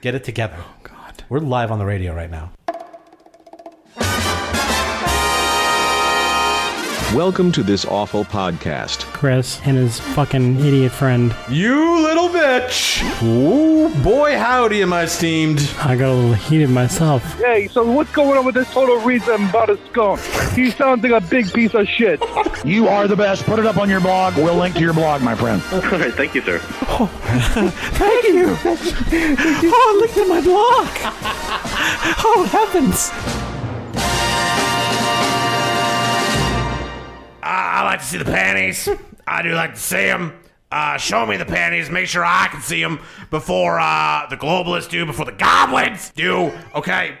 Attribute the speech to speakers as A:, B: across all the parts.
A: Get it together. Oh, God. We're live on the radio right now.
B: Welcome to this awful podcast.
C: Chris and his fucking idiot friend.
A: You little bitch! Ooh, boy, howdy, am I steamed.
C: I got a little heated myself.
D: Hey, so what's going on with this total reason about a scone? He sounds like a big piece of shit.
E: You are the best. Put it up on your blog. We'll link to your blog, my friend.
F: All right, thank you, sir.
G: Thank you. Oh, look at my block. Oh, heavens.
H: I like to see the panties. I do like to see them. Uh, show me the panties. Make sure I can see them before uh, the globalists do, before the goblins do. Okay.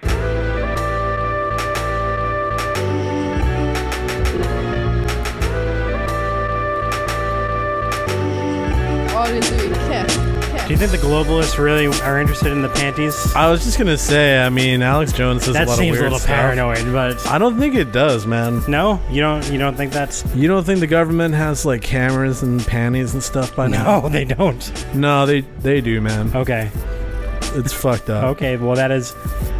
C: Do you think the globalists really are interested in the panties?
A: I was just going to say, I mean, Alex Jones says
C: That
A: a lot
C: seems
A: of
C: a
A: weird
C: little
A: stuff.
C: paranoid, but
A: I don't think it does, man.
C: no, you don't. You don't think that's
A: You don't think the government has like cameras and panties and stuff by now?
C: no, they don't.
A: No, they they do, man.
C: Okay,
A: It's fucked up.
C: okay. Well, that is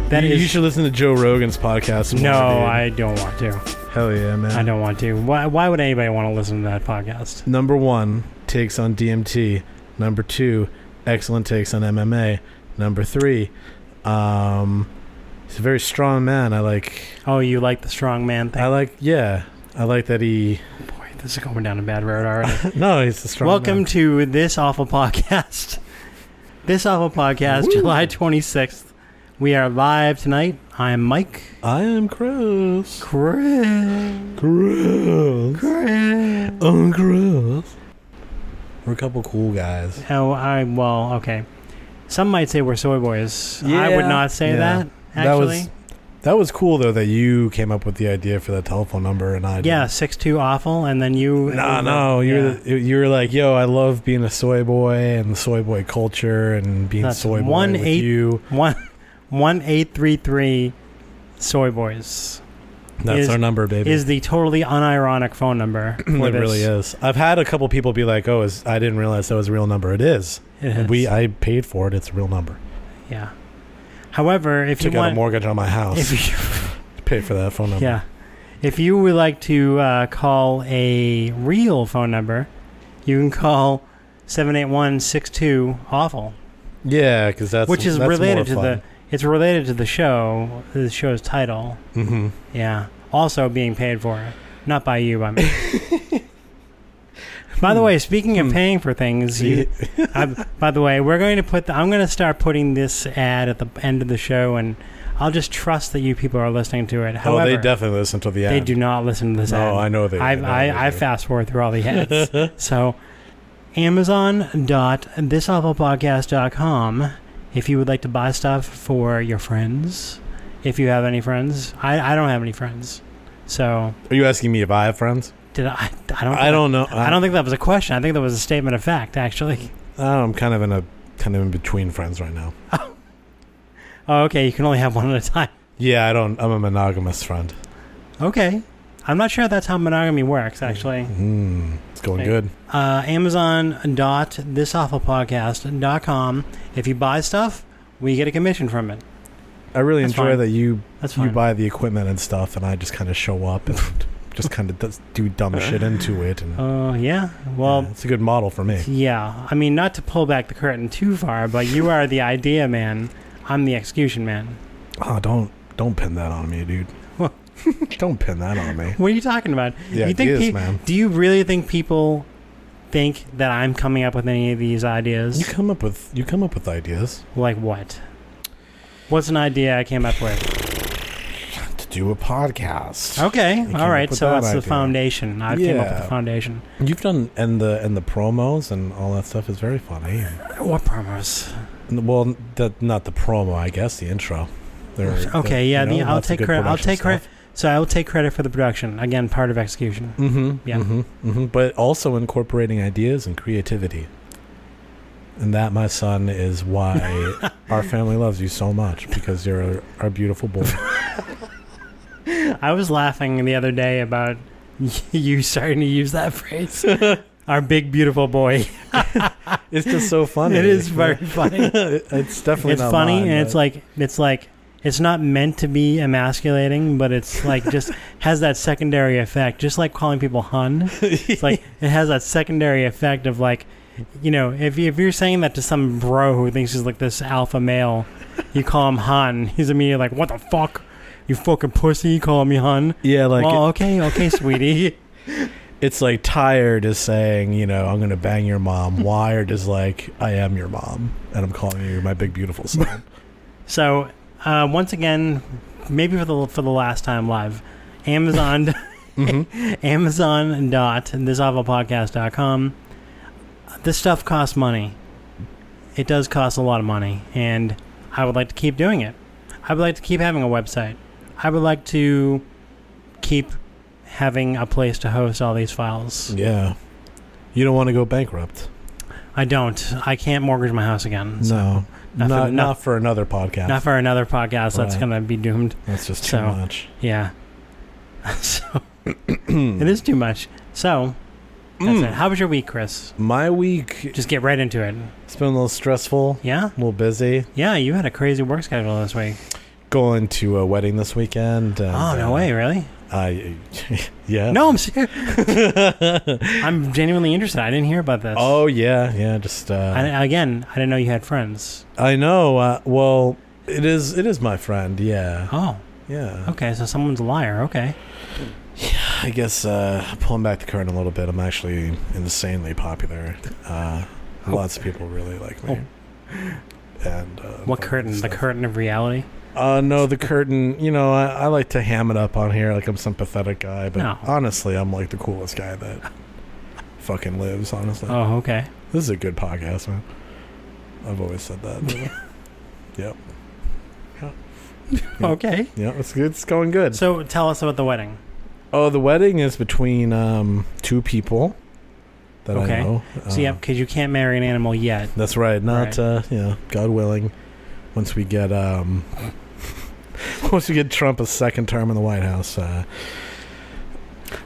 C: that
A: you,
C: is.
A: you should listen to Joe Rogan's podcast.
C: no,
A: more,
C: I don't want to.
A: dude. hell yeah, man.
C: I don't want to. Why? Why would anybody want to listen to that podcast?
A: Number one takes on DMT. Number two, excellent takes on MMA. Number three, um, he's a very strong man. I like.
C: Oh, you like the strong man thing?
A: I like. Yeah, I like that he.
C: Boy, this is going down a bad road already.
A: No, he's a strong.
C: Welcome
A: man.
C: to this awful podcast. This awful podcast, July twenty sixth. We are live tonight. I am Mike.
A: I am Chris.
C: Chris.
A: Chris. I'm Chris. We're a couple cool guys.
C: Oh, I well, okay. Some might say we're soy boys. I would
A: Yeah.
C: not say
A: Yeah.
C: that. Actually,
A: That was. That was cool though that you came up with the idea for that telephone number and I didn't.
C: yeah, six two awful, and then you.
A: No, no, you
C: Yeah.
A: were the, you were like, yo, I love being a soy boy and the soy boy culture and being
C: That's
A: soy boy
C: one
A: with
C: eight-
A: you.
C: one one eight three three. Soy boys
A: That's
C: is-
A: our number, baby.
C: is the totally unironic phone number.
A: it
C: for this.
A: really is. I've had a couple people be like, "Oh, is, I didn't realize that was a real number." It is.
C: It
A: And
C: is.
A: We I paid for it. It's a real number.
C: yeah. However, if
A: Took
C: you
A: out
C: want,
A: a mortgage on my house
C: if you
A: to pay for that phone number.
C: Yeah. If you would like to uh, call a real phone number, you can call 781-62-AWFUL,
A: yeah, because that's
C: which is
A: that's
C: related to the it's related to the show, the show's title.
A: the. hmm
C: Yeah. Also being paid for it, not by you, by me. by the way, speaking
A: Hmm.
C: of paying for things, you, I, by the way, we're going to put the, I'm going to start putting this ad at the end of the show and I'll just trust that you people are listening to it.
A: Oh,
C: However,
A: they definitely listen to the ad.
C: they do not listen to this ad.
A: No, I know they.
C: I,
A: know they
C: I, I
A: do.
C: fast forward through all the ads. so, Amazon.thisawfulpodcast.com if you would like to buy stuff for your friends, if you have any friends. I, I don't have any friends. So,
A: Are you asking me if I have friends?
C: did I? I don't,
A: I don't know.
C: I don't think that was a question. I think that was a statement of fact, actually.
A: I'm kind of in a kind of in between friends right now.
C: Oh, okay. You can only have one at a time.
A: Yeah, I don't. I'm a monogamous friend.
C: Okay. I'm not sure that's how monogamy works, actually.
A: Mm, it's going
C: Hey.
A: good.
C: uh, amazon.thisawfulpodcast.com. If you buy stuff, we get a commission from it.
A: I really
C: That's
A: enjoy
C: fine.
A: that you
C: That's fine.
A: you buy the equipment and stuff, and I just kind of show up and just kind of does, do dumb shit into it. And
C: Uh, yeah. Well,
A: yeah, it's a good model for me.
C: yeah. I mean, not to pull back the curtain too far, but you are the idea man. I'm the execution man.
A: Oh, don't don't pin that on me, dude.
C: What?
A: don't pin that on me.
C: What are you talking about?
A: Yeah,
C: you think
A: ideas,
C: pe-
A: man.
C: Do you really think people think that I'm coming up with any of these
A: You
C: ideas?
A: come up with you come up with ideas
C: Like what? What's an idea I came up with?
A: to do a podcast.
C: Okay,
A: came
C: all
A: up
C: right.
A: with
C: So
A: that
C: that's the
A: idea.
C: foundation. I came up with
A: Yeah.
C: the foundation.
A: You've done and the and the promos and all that stuff is very funny.
C: What promos?
A: N- Well, the, not the promo, I guess the intro. They're- they're-
C: Okay, yeah,
A: you know,
C: the, I'll
A: lots of
C: take
A: good
C: credit. I'll
A: production
C: take
A: stuff.
C: credit. So I will take credit for the production. Again, part of execution.
A: Mm-hmm.
C: Yeah.
A: hmm hmm But also incorporating ideas and creativity. And that, my son, is why our family loves you so much because you're our beautiful boy.
C: I was laughing the other day about you starting to use that phrase. Our big beautiful boy.
A: It's just so funny.
C: It is very funny.
A: it's definitely
C: it's
A: not
C: funny
A: mine,
C: and it's
A: but-
C: like it's like it's not meant to be emasculating, but it's like just has that secondary effect, just like calling people hun. It's like it has that secondary effect of like, you know, if if you're saying that to some bro who thinks he's like this alpha male, you call him hun, he's immediately like, "What the fuck, you fucking pussy, you calling me hun?"
A: yeah, like
C: well, okay, okay, sweetie.
A: it's like tired is saying, you know, I'm gonna bang your mom. Wired is like, I am your mom, and I'm calling you my big beautiful son.
C: So uh, once again, maybe for the for the last time live, Amazon,
A: Mm-hmm.
C: Amazon dot thisawfulpodcast.com. This stuff costs money. It does cost a lot of money, and I would like to keep doing it. I would like to keep having a website. I would like to keep having a place to host all these files.
A: yeah, you don't want to go bankrupt.
C: I don't. I can't mortgage my house again. So
A: no, not
C: not for
A: not,
C: the- not-
A: for another podcast.
C: Not for another podcast that's
A: Right.
C: going to be doomed.
A: That's just too
C: so.
A: much.
C: Yeah. so it is too much. So that's
A: Mm.
C: it. How was your week, Chris?
A: My week,
C: Just get right into it.
A: it's been a little stressful,
C: Yeah?
A: a little busy.
C: Yeah, you had a crazy work schedule this week.
A: Going to a wedding this weekend. and,
C: oh, no
A: uh,
C: way, really?
A: I, yeah.
C: No, I'm serious. I'm genuinely interested. I didn't hear about this.
A: Oh yeah, yeah. Just uh,
C: I, again, I didn't know you had friends.
A: I know. Uh, well, it is. It is my friend. Yeah.
C: Oh,
A: Yeah.
C: okay. So someone's a liar. Okay.
A: I guess uh, pulling back the curtain a little bit. I'm actually insanely popular. Uh, Lots of people really like me. And uh,
C: Oh. What
A: fun
C: curtain? The
A: stuff.
C: curtain of reality?
A: Uh, no, the curtain. You know, I, I like to ham it up on here like I'm some pathetic guy, but
C: No.
A: honestly, I'm like the coolest guy that fucking lives. Honestly,
C: Oh, okay.
A: this is a good podcast, man. I've always said that. yep. Yeah.
C: Okay.
A: Yep. It's good. It's going good.
C: So tell us about the wedding.
A: Oh, the wedding is between um, two people that
C: Okay.
A: I know.
C: So, yeah, because you can't marry an animal yet.
A: That's right. Not
C: Right.
A: uh yeah, God willing. Once we get um once we get Trump a second term in the White House, uh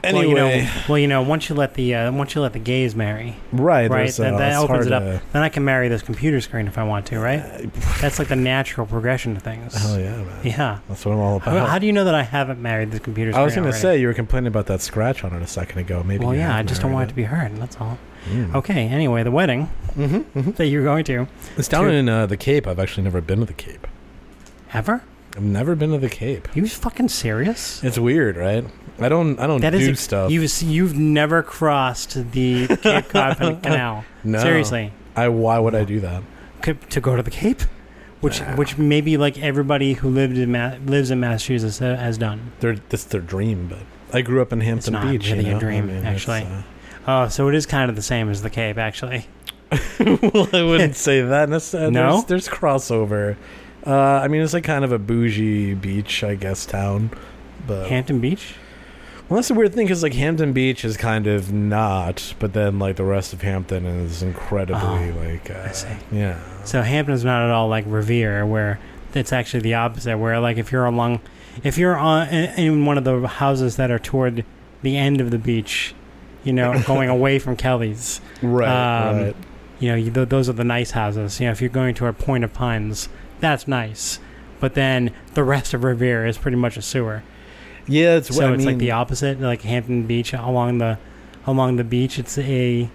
A: Anyway,
C: Well, you know, well, you know, once you let the uh, once you let the gays marry,
A: right,
C: right,
A: there's, uh,
C: that, that
A: it's
C: opens
A: hard
C: it up.
A: to-
C: Then I can marry this computer screen if I want to, right? That's like the natural progression to things.
A: Hell Oh, yeah, man.
C: yeah.
A: That's what I'm all
C: How,
A: about.
C: how do you know that I haven't married this computer screen?
A: I was gonna
C: already?
A: say you were complaining about that scratch on it a second ago. Maybe.
C: Well,
A: you
C: yeah,
A: have
C: I just don't want it
A: married
C: to Oh, be heard. That's all.
A: Mm.
C: Okay. Anyway, the wedding that you're going to
A: It's down
C: Dude.
A: in uh, the Cape. I've actually never been to the Cape.
C: ever?
A: I've never been to the Cape.
C: You fucking serious?
A: It's weird, right? I don't. I don't
C: That
A: do
C: is ex-
A: stuff.
C: You've you've never crossed the Cape Cod Canal.
A: No.
C: Seriously.
A: I. Why would I do that?
C: Cape- to go to the Cape, which which maybe like everybody who lived in Ma- lives in Massachusetts ha- has done.
A: They're that's their dream, but I grew up in Hampton
C: not
A: Beach.
C: really
A: you
C: a
A: know?
C: dream,
A: I mean,
C: actually.
A: it's, uh,
C: Oh, so it is kind of the same as the Cape, actually.
A: well, I wouldn't say that necessarily.
C: No?
A: There's, there's crossover. Uh, I mean, it's like kind of a bougie beach, I guess, town. But
C: Hampton Beach.
A: well, that's the weird thing, because like Hampton Beach is kind of not, but then like the rest of Hampton is incredibly
C: Oh,
A: like, uh,
C: see.
A: yeah,
C: So Hampton's not at all like Revere, where it's actually the opposite. Where like if you're along, if you're on in- in one of the houses that are toward the end of the beach, you know, going away from Kelly's,
A: right,
C: Um,
A: right.
C: you know, you, th- those are the nice houses. You know, if you're going toward Point of Pines, that's nice. But then the rest of Revere is pretty much a sewer.
A: Yeah, it's
C: So
A: I
C: it's like
A: mean,
C: the opposite, like Hampton Beach along the along the beach. It's a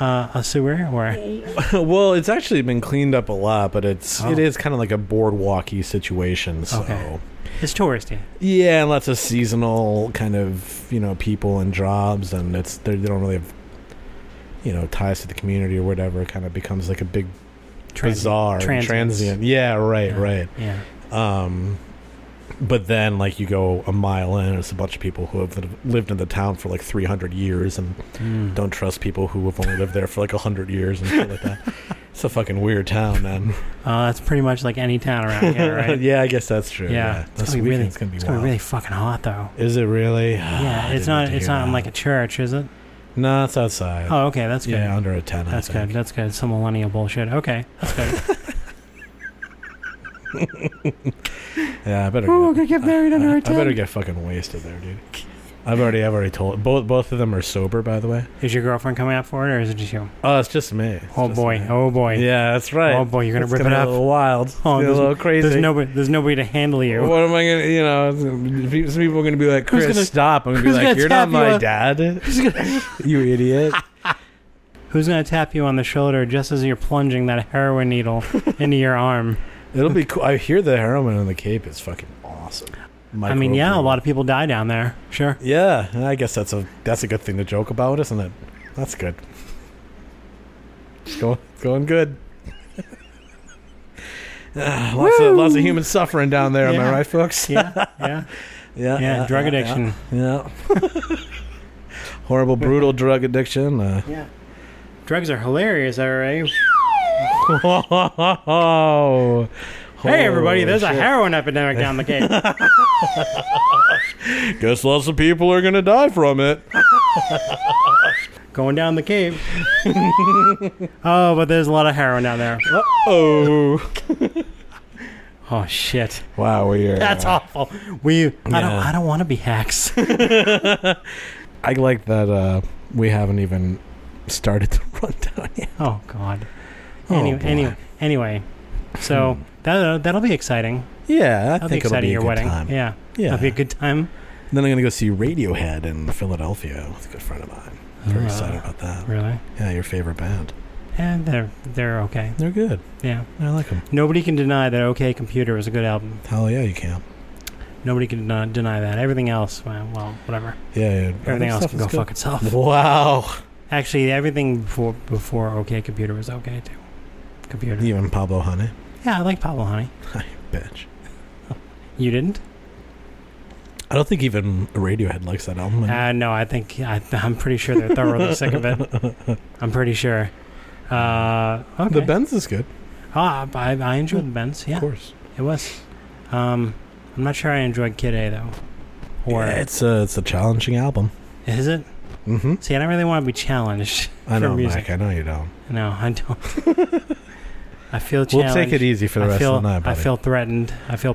C: uh, a sewer or
A: well, it's actually been cleaned up a lot, but it's
C: Oh.
A: it is kind of like a boardwalky situation. So.
C: Okay. it's touristy.
A: Yeah, and lots of seasonal kind of you know people and jobs, and it's they they don't really have you know ties to the community or whatever. It kind of becomes like a big
C: Trans-
A: bazaar,
C: transients.
A: transient. Yeah, right,
C: Yeah.
A: right.
C: Yeah.
A: Um, but then like you go a mile in, it's a bunch of people who have lived in the town for like three hundred years, and
C: Mm.
A: don't trust people who have only lived there for like hundred years and shit like that. It's a fucking weird town, man.
C: Uh, that's pretty much like any town around here, right?
A: yeah, I guess that's true.
C: Yeah.
A: Yeah,
C: It's
A: this
C: gonna be really,
A: weekend's gonna be
C: it's gonna
A: wild.
C: be really fucking hot though.
A: Is it really?
C: Yeah,
A: Ah, I
C: it's
A: didn't uh, need to
C: not. It's
A: hear
C: not in
A: that.
C: like a church, is it?
A: No, it's outside.
C: Oh, okay, that's good.
A: yeah, under a ten. I
C: that's
A: think.
C: good. That's good. Some millennial bullshit. Okay, that's good.
A: Yeah, I better.
G: Ooh,
A: get,
G: gonna get married under
A: I,
G: a
A: I better
G: tent.
A: get fucking wasted there, dude. I've already, I've already told. Both, both of them are sober, by the way.
C: Is your girlfriend coming out for it, or is it just you?
A: Oh, it's just me. It's
C: Oh
A: just
C: boy!
A: me.
C: Oh boy!
A: Yeah, that's right.
C: Oh, boy, you're gonna
A: It's
C: rip it
A: be
C: up.
A: A little wild. It's
C: Oh,
A: gonna be a
C: there's-
A: little crazy.
C: There's nobody. There's nobody to handle you.
A: What am I gonna? You know, pe- some people are gonna be like,
C: Who's
A: "Chris,
C: gonna-
A: stop!" I'm gonna be
C: who's
A: like,
C: gonna
A: "You're not
C: tap
A: my
C: you up?"
A: dad, you idiot."
C: Who's gonna tap you on the shoulder just as you're plunging that heroin needle into your arm?
A: It'll be cool. I hear the heroin on the Cape is fucking awesome.
C: I mean, yeah, a lot of people die down there. Sure.
A: Yeah, I guess that's a that's a good thing to joke about, isn't it? That's good. It's going, it's going good. Ah, lots of lots of human suffering down there. Am
C: Yeah.
A: I right, folks?
C: Yeah, yeah,
A: yeah,
C: yeah. drug addiction.
A: Yeah. Horrible, brutal drug addiction. Uh,
C: Yeah. Drugs are hilarious, all right.
A: oh,
C: Hey, everybody, there's a heroin epidemic down the Cape.
A: Guess lots of people are gonna die from it.
C: Going down the Cape. oh, but there's a lot of heroin down there.
A: Oh,
C: Oh, shit.
A: wow, we are.
C: That's awful. We, I don't,
A: Yeah.
C: I don't want to be hacks.
A: I like that uh, we haven't even started the rundown yet.
C: oh, God.
A: Oh,
C: Anyway,
A: boy.
C: anyway, anyway. So that, uh, that'll be exciting.
A: Yeah, I
C: That'll be
A: think it'll
C: exciting,
A: be a
C: your
A: good
C: wedding.
A: time.
C: Yeah.
A: Yeah.
C: That'll be a good time.
A: Then I'm gonna go see Radiohead in Philadelphia with a good friend of mine. Very
C: Uh,
A: excited about that.
C: Really?
A: Yeah, your favorite band.
C: And they're, they're okay.
A: They're good.
C: Yeah.
A: I like them.
C: Nobody can deny that OK Computer is a good album.
A: Hell yeah, you can.
C: Nobody can deny, deny that. Everything else, well, well whatever.
A: Yeah, yeah.
C: Everything else
A: stuff
C: can
A: is
C: go
A: good.
C: fuck itself.
A: Wow.
C: Actually, everything before before OK Computer was OK too. Computer. Yeah,
A: Even Pablo Honey.
C: I like Pablo Honey.
A: Bitch.
C: You didn't?
A: I don't think even Radiohead likes that album.
C: Uh, no, I think I, I'm pretty sure they're thoroughly sick of it. I'm pretty sure. Uh, okay.
A: The Benz is good,
C: Ah, I, I enjoyed the Benz.
A: of
C: Yeah,
A: course.
C: it was. Um, I'm not sure I enjoyed Kid A though. Or
A: Yeah, it's a it's a challenging album.
C: is it?
A: Mm-hmm.
C: See, I don't really want to be challenged.
A: I know,
C: For music.
A: Mike. I know you don't.
C: No, I don't. I feel challenged.
A: We'll take it easy for the
C: I
A: rest
C: feel,
A: of the night, buddy.
C: I feel threatened. I feel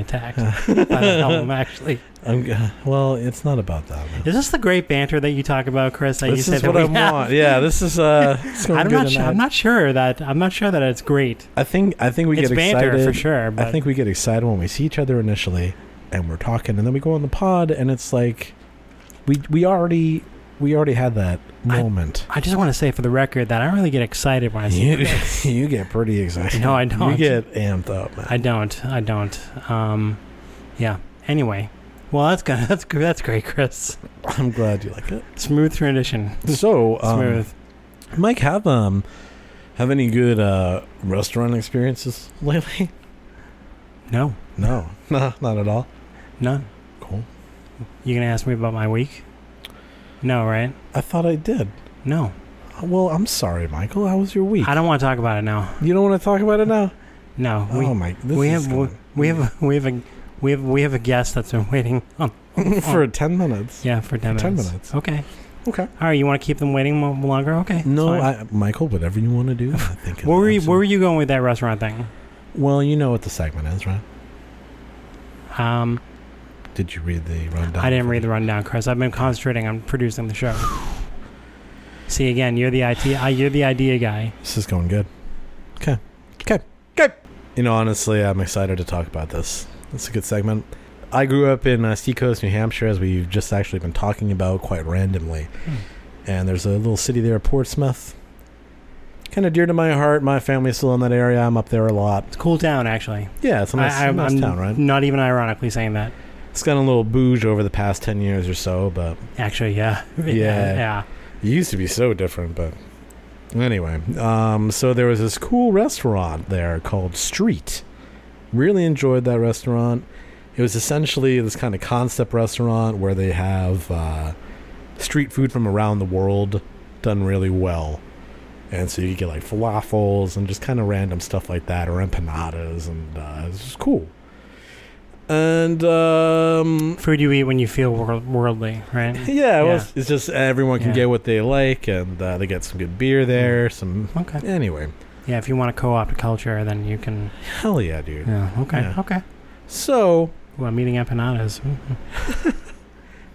C: attacked by the album, actually.
A: I'm, uh, well, it's not about that. man.
C: Is this the great banter that you talk about, Chris, that you
A: This
C: said
A: is
C: that
A: what
C: we
A: I
C: have?
A: want. Yeah, this is. Uh, it's going
C: I'm
A: good
C: not, su-
A: tonight.
C: I'm not sure that I'm not sure that it's great.
A: I think. I think we
C: it's
A: get
C: banter
A: excited
C: for sure, but
A: I think we get excited when we see each other initially, and we're talking, and then we go on the pod, and it's like, we we already we already had that
C: I-
A: moment.
C: I just want to say for the record that I don't really get excited when I see
A: you,
C: it.
A: you get pretty excited.
C: No, I don't.
A: You get amped up, man.
C: I don't. I don't. Um, yeah. Anyway, well, that's good. That's good. That's great, Chris.
A: I'm glad you like it.
C: Smooth transition.
A: So, um,
C: Smooth.
A: Mike, have um, have any good uh restaurant experiences lately?
C: no,
A: No, no, not at all.
C: none.
A: Cool.
C: You gonna ask me about my week? No, right?
A: I thought I did.
C: No.
A: Well, I'm sorry, Michael. How was your week?
C: I don't want to talk about it now.
A: you don't want to talk about it now?
C: No. We,
A: oh my! This
C: we
A: is
C: have
A: gonna-
C: we have we have a we have we have a guest that's been waiting on
A: for ten minutes.
C: yeah for ten minutes.
A: 10 minutes.
C: Okay.
A: Okay.
C: All right. You want to keep them waiting mo- longer? Okay.
A: No,
C: fine.
A: I, Michael, whatever you want to do. I think.
C: where were you Where were you going with that restaurant thing?
A: Well, you know what the segment is, right?
C: Um,
A: Did you read the rundown?
C: I didn't read the rundown, Chris. I've been concentrating on producing the show. See again, you're the IT. I, you're the idea guy.
A: This is going good. Okay. Okay. Okay. You know, honestly, I'm excited to talk about this. It's a good segment. I grew up in uh, Seacoast, New Hampshire, as we've just actually been talking about quite randomly.
C: Hmm.
A: And there's a little city there, Portsmouth. Kind of dear to my heart. My family's still in that area. I'm up there a lot.
C: It's cool town, actually.
A: Yeah, it's a nice,
C: I'm-
A: nice
C: I'm
A: town, right?
C: Not even ironically saying that.
A: It's gotten a little bouge over the past 10 years or so, but
C: Actually, yeah.
A: Yeah.
C: yeah.
A: It used to be so different, but anyway. Um, so there was this cool restaurant there called Street. Really enjoyed that restaurant. It was essentially this kind of concept restaurant where they have uh, street food from around the world done really well. And so you could get like falafels and just kind of random stuff like that, or empanadas, and uh, it's just cool. And um,
C: Food you eat when you feel wor- worldly, right?
A: yeah, it
C: Yeah.
A: was- it's just everyone can
C: Yeah. Mm.
A: get what they like, and uh, they get some good beer there. Some
C: Okay.
A: anyway,
C: Yeah, if you want to co-opt a culture, then you can.
A: hell yeah, dude.
C: Yeah. Okay.
A: Yeah.
C: Okay.
A: So
C: Well, I'm eating empanadas. Mhm.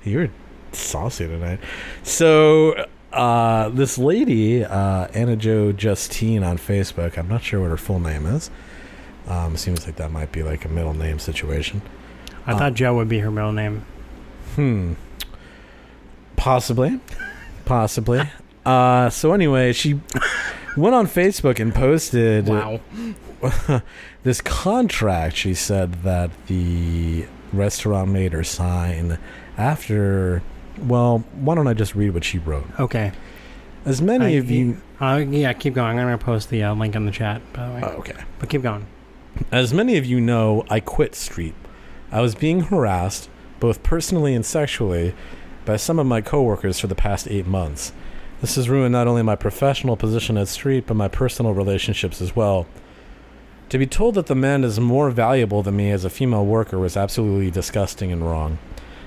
A: you're saucy tonight. So uh, this lady, uh, Anna Jo Justine on Facebook. I'm not sure what her full name is. Um, seems like that might be like a middle name situation.
C: I
A: Uh,
C: thought Joe would be her middle name.
A: Hmm. Possibly. Possibly. Uh, so anyway, she went on Facebook and posted this contract. She said that the restaurant made her sign after. Well, why don't I just read what she wrote?
C: Okay.
A: As many
C: I-
A: of you.
C: Uh, yeah, keep going. I'm gonna post the uh, link in the chat. By the way,
A: Oh, okay.
C: but keep going.
A: As many of you know, I quit Street. I was being harassed, both personally and sexually, by some of my coworkers for the past eight months. This has ruined not only my professional position at Street, but my personal relationships as well. To be told that the man is more valuable than me as a female worker was absolutely disgusting and wrong.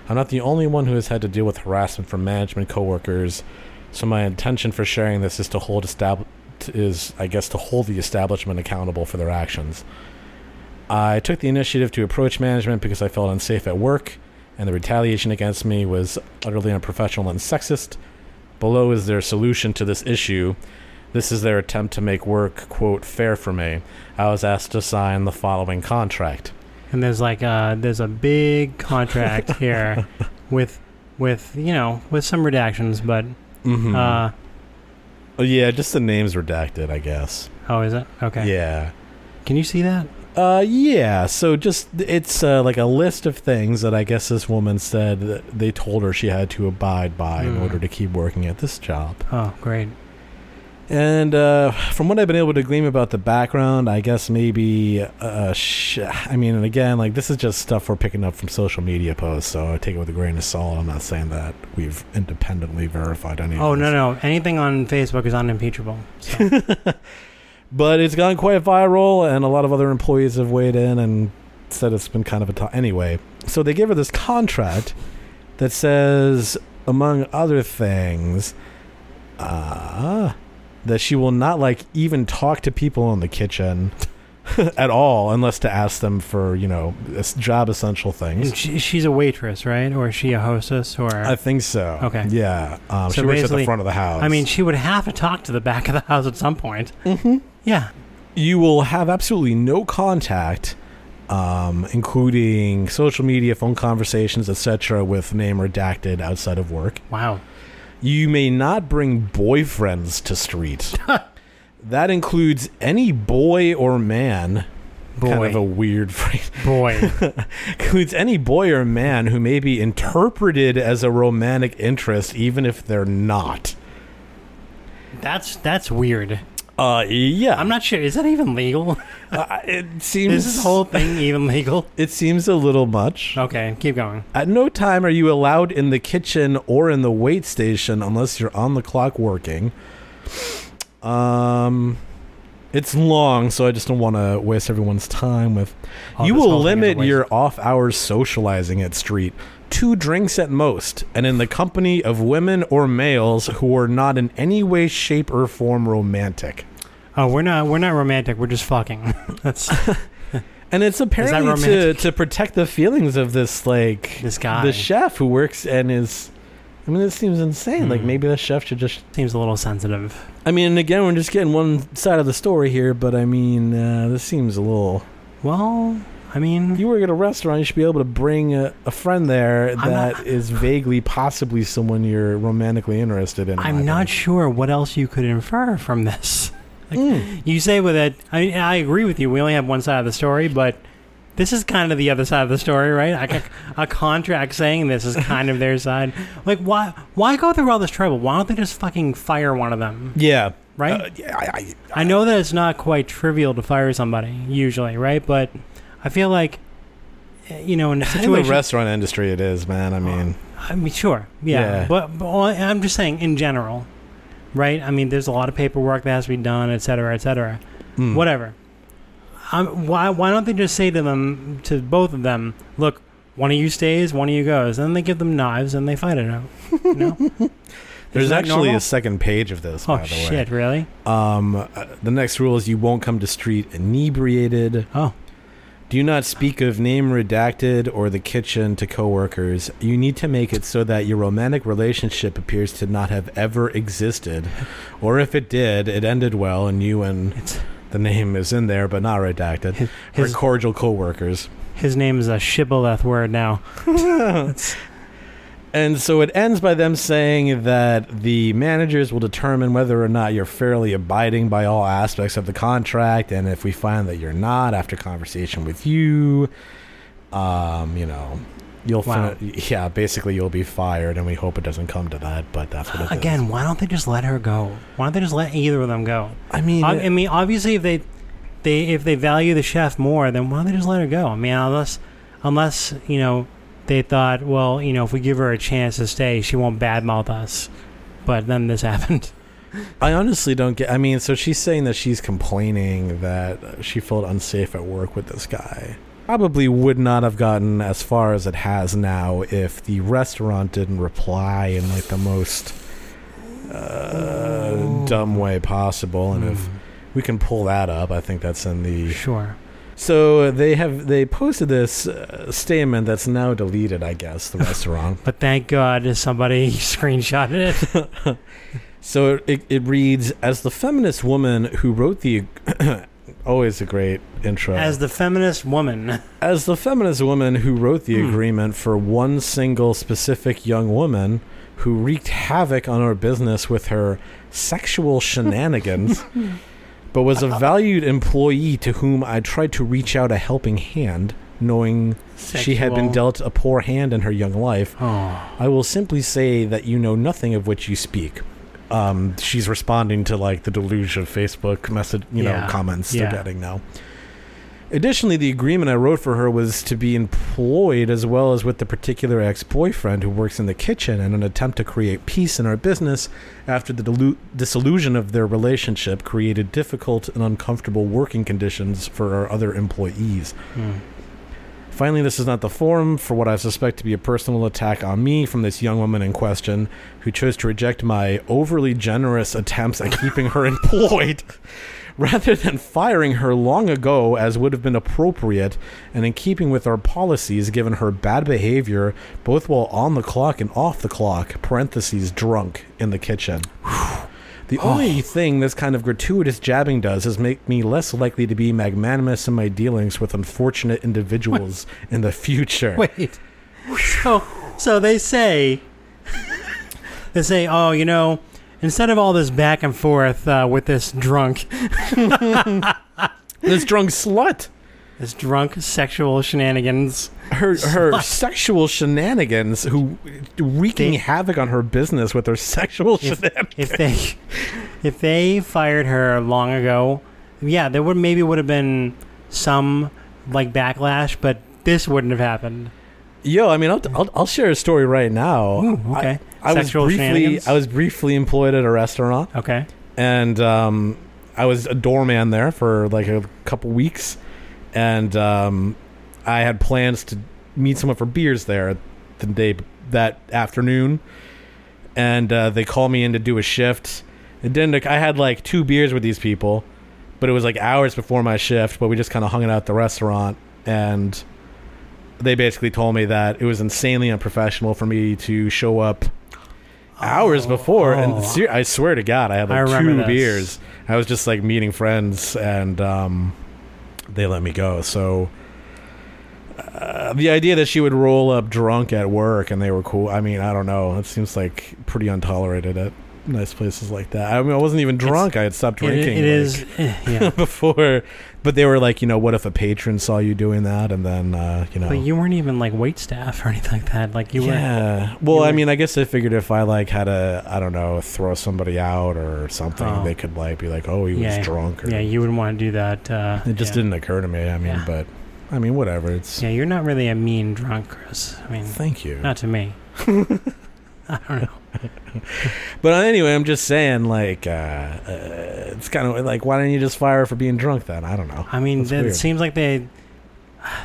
A: I'm not the only one who has had to deal with harassment from management coworkers, so my intention for sharing this is to hold estab- is I guess to hold the establishment accountable for their actions. I took the initiative to approach management because I felt unsafe at work, and the retaliation against me was utterly unprofessional and sexist. Below is their solution to this issue. This is their attempt to make work, quote, fair for me. I was asked to sign the following contract.
C: And there's like uh, there's a big contract here, with with you know with some redactions, but
A: Mm-hmm. Oh,
C: uh,
A: yeah, just the name's redacted, I guess.
C: oh, is it okay?
A: Yeah.
C: Can you see that?
A: Uh, yeah. So just it's uh, like a list of things that I guess this woman said that they told her she had to abide by in
C: Mm.
A: order to keep working at this job.
C: Oh, great.
A: And uh, from what I've been able to glean about the background, I guess maybe, uh, sh- I mean, and again, like this is just stuff we're picking up from social media posts, so I take it with a grain of salt. I'm not saying that we've independently verified any.
C: Oh
A: of
C: no
A: this.
C: no, anything on Facebook is unimpeachable. So.
A: But it's gone quite viral, and a lot of other employees have weighed in and said it's been kind of a t- anyway. So they give her this contract that says, among other things, uh, that she will not like even talk to people in the kitchen at all unless to ask them for you know es- job essential
C: And
A: things.
C: she, she's a waitress, right? Or is she a hostess? Or
A: I
C: i
A: think so.
C: Okay.
A: Yeah. Um,
C: So
A: she works at the
C: basically-
A: front of the house.
C: mean, she would have to talk to the back of the house at some point. Mm-hmm. Yeah.
A: you will have absolutely no contact, um, including social media, phone conversations, etc., with name redacted outside of work.
C: Wow.
A: You may not bring boyfriends to street. that includes any boy or man. Kind
C: Boy.
A: of a weird phrase.
C: Boy.
A: includes any boy or man who may be interpreted as a romantic interest, even if they're not.
C: that's that's weird.
A: Uh, yeah.
C: I'm not sure. Is that even legal?
A: Uh, it seems.
C: Is this whole thing even legal?
A: It seems a little much.
C: Okay, keep going.
A: At no time are you allowed in the kitchen or in the wait station unless you're on the clock working. Um, it's long, so I just don't want to waste everyone's time with.
C: Oh,
A: you
C: this
A: will
C: whole thing is a
A: limit
C: waste.
A: your off hours socializing at street. Two drinks at most, and in the company of women or males who are not in any way, shape, or form romantic.
C: Oh, we're not we're not romantic. We're just fucking. That's
A: And it's apparently to,
C: romantic?
A: to protect the feelings of this like
C: This guy.
A: the chef who works and is. I mean, this seems insane. Like maybe the chef should just.
C: seems a little sensitive.
A: I mean, and again, we're just getting one side of the story here, but I mean, uh, this seems a little.
C: Well, I mean,
A: You work at a restaurant, you should be able to bring a, a friend there
C: I'm
A: that is vaguely, possibly someone you're romantically interested in.
C: I'm not sure what else you could infer from this. Like,
A: Hmm.
C: You say with it. I mean, I agree with you. We only have one side of the story, but this is kind of the other side of the story, right? Like a, a contract saying this is kind of their side. Like, why why go through all this trouble? Why don't they just fucking fire one of them?
A: Yeah.
C: Right?
A: Uh, yeah, I, I,
C: I know that it's not quite trivial to fire somebody usually, right? But I feel like eh, you know in a
A: in the
C: situation.
A: restaurant industry, it is, man. I mean,
C: I mean, sure, yeah,
A: Yeah.
C: But, but all- I'm just saying in general, right? I mean, there's a lot of paperwork that has to be done, et cetera, et cetera.
A: Mm.
C: Whatever. Um, why why don't they just say to them to both of them, look, one of you stays, one of you goes, and then they give them knives and they fight it out. You know?
A: there's
C: that
A: actually
C: normal?
A: a second page of this, by
C: oh
A: the way.
C: shit, really?
A: Um, uh, the next rule is you won't come to street inebriated.
C: Oh.
A: Do not speak of name redacted or the kitchen to coworkers. You need to make it so that your romantic relationship appears to not have ever existed, or if it did, it ended well, and you and the name is in there but not redacted.
C: his-
A: We're cordial coworkers.
C: His name is a shibboleth word now.
A: And so it ends by them saying that the managers will determine whether or not you're fairly abiding by all aspects of the contract. And if we find that you're not after conversation with you, um, you know, you'll
C: Wow.
A: fin- yeah, basically you'll be fired. And we hope it doesn't come to that, but that's what it is.
C: Again, why don't they just let her go? Why don't they just let either of them go?
A: I mean,
C: I, I mean, obviously, if they they if they value the chef more, then why don't they just let her go? I mean, unless unless you know they thought, well, you know, if we give her a chance to stay, she won't badmouth us. But then this happened.
A: I honestly don't get. I mean, so she's saying that she's complaining that she felt unsafe at work with this guy. Probably would not have gotten as far as it has now if the restaurant didn't reply in like the most uh, dumb way possible, and
C: Hmm.
A: if we can pull that up, I think that's in the
C: Mm, Sure.
A: so they have they posted this uh, statement that's now deleted, I guess, the restaurant.
C: But thank God somebody screenshotted it.
A: So it, it reads As the feminist woman who wrote the. always a great intro.
C: As the feminist woman,
A: As the feminist woman who wrote the
C: Hmm.
A: agreement for one single specific young woman who wreaked havoc on our business with her sexual shenanigans, but was a valued employee to whom I tried to reach out a helping hand, knowing she had been
C: Sexual.
A: dealt a poor hand in her young life. I will simply say that you know nothing of which you speak. Um, she's responding to like the deluge of Facebook message, you
C: Yeah.
A: know, comments
C: Yeah.
A: they're getting now. Additionally, the agreement I wrote for her was to be employed as well as with the particular ex boyfriend who works in the kitchen in an attempt to create peace in our business after the dilu- disillusion of their relationship created difficult and uncomfortable working conditions for our other employees. Finally, this is not the forum for what I suspect to be a personal attack on me from this young woman in question who chose to reject my overly generous attempts at keeping her employed rather than firing her long ago as would have been appropriate and in keeping with our policies given her bad behavior both while on the clock and off the clock parentheses drunk in the kitchen the
C: Oh.
A: only thing this kind of gratuitous jabbing does is make me less likely to be magnanimous in my dealings with unfortunate individuals in the future.
C: wait. So, so they say, they say, oh, you know, instead of all this back and forth uh, with this drunk,
A: This drunk slut.
C: this drunk sexual shenanigans,
A: Her her sexual shenanigans who wreaking
C: They-
A: havoc on her business with her sexual shenanigans.
C: if they if they fired her long ago, yeah, there would maybe would have been some like backlash, but this wouldn't have happened.
A: Yo, I mean, I'll, I'll, I'll share a story right now.
C: Ooh, okay.
A: I, I was
C: Sexual
A: briefly
C: shenanigans?
A: I was briefly employed at a restaurant.
C: Okay.
A: and um, I was a doorman there for like a couple weeks, and um, I had plans to meet someone for beers there the day that afternoon, and uh, they called me in to do a shift. It didn't. I had like two beers with these people, but it was like hours before my shift. But we just kind of hung it out at the restaurant, and they basically told me that it was insanely unprofessional for me to show up hours before.
C: oh.
A: And ser- I swear to God, I had
C: I
A: like
C: remember
A: two
C: this.
A: beers. I was just like meeting friends, and um, they let me go. So uh, the idea that she would roll up drunk at work and they were cool. I mean, I don't know. It seems like pretty untolerated at nice places like that. I mean, I wasn't even drunk. I had stopped
C: It,
A: drinking.
C: it is. eh, Yeah.
A: like, before, but they were like, you know, what if a patron saw you doing that, and then uh, you know.
C: But you weren't even like wait staff or anything like that. Like you were.
A: yeah. Well,
C: you
A: I
C: were-
A: mean, I guess they figured if I like had a, I don't know, throw somebody out or something,
C: Oh.
A: they could like be like, oh, he was
C: Yeah.
A: drunk. Or,
C: Yeah, you wouldn't want to do that. Uh,
A: It just
C: yeah.
A: didn't occur to me. I mean,
C: Yeah.
A: but I mean, whatever. It's
C: Yeah, you're not really a mean drunk, Chris. I mean,
A: thank you.
C: not to me. I don't know.
A: But anyway, I'm just saying, like, uh, uh, it's kind of like, why don't you just fire her for being drunk then? I don't know.
C: I mean,
A: That's
C: that- it
A: weird.
C: seems like they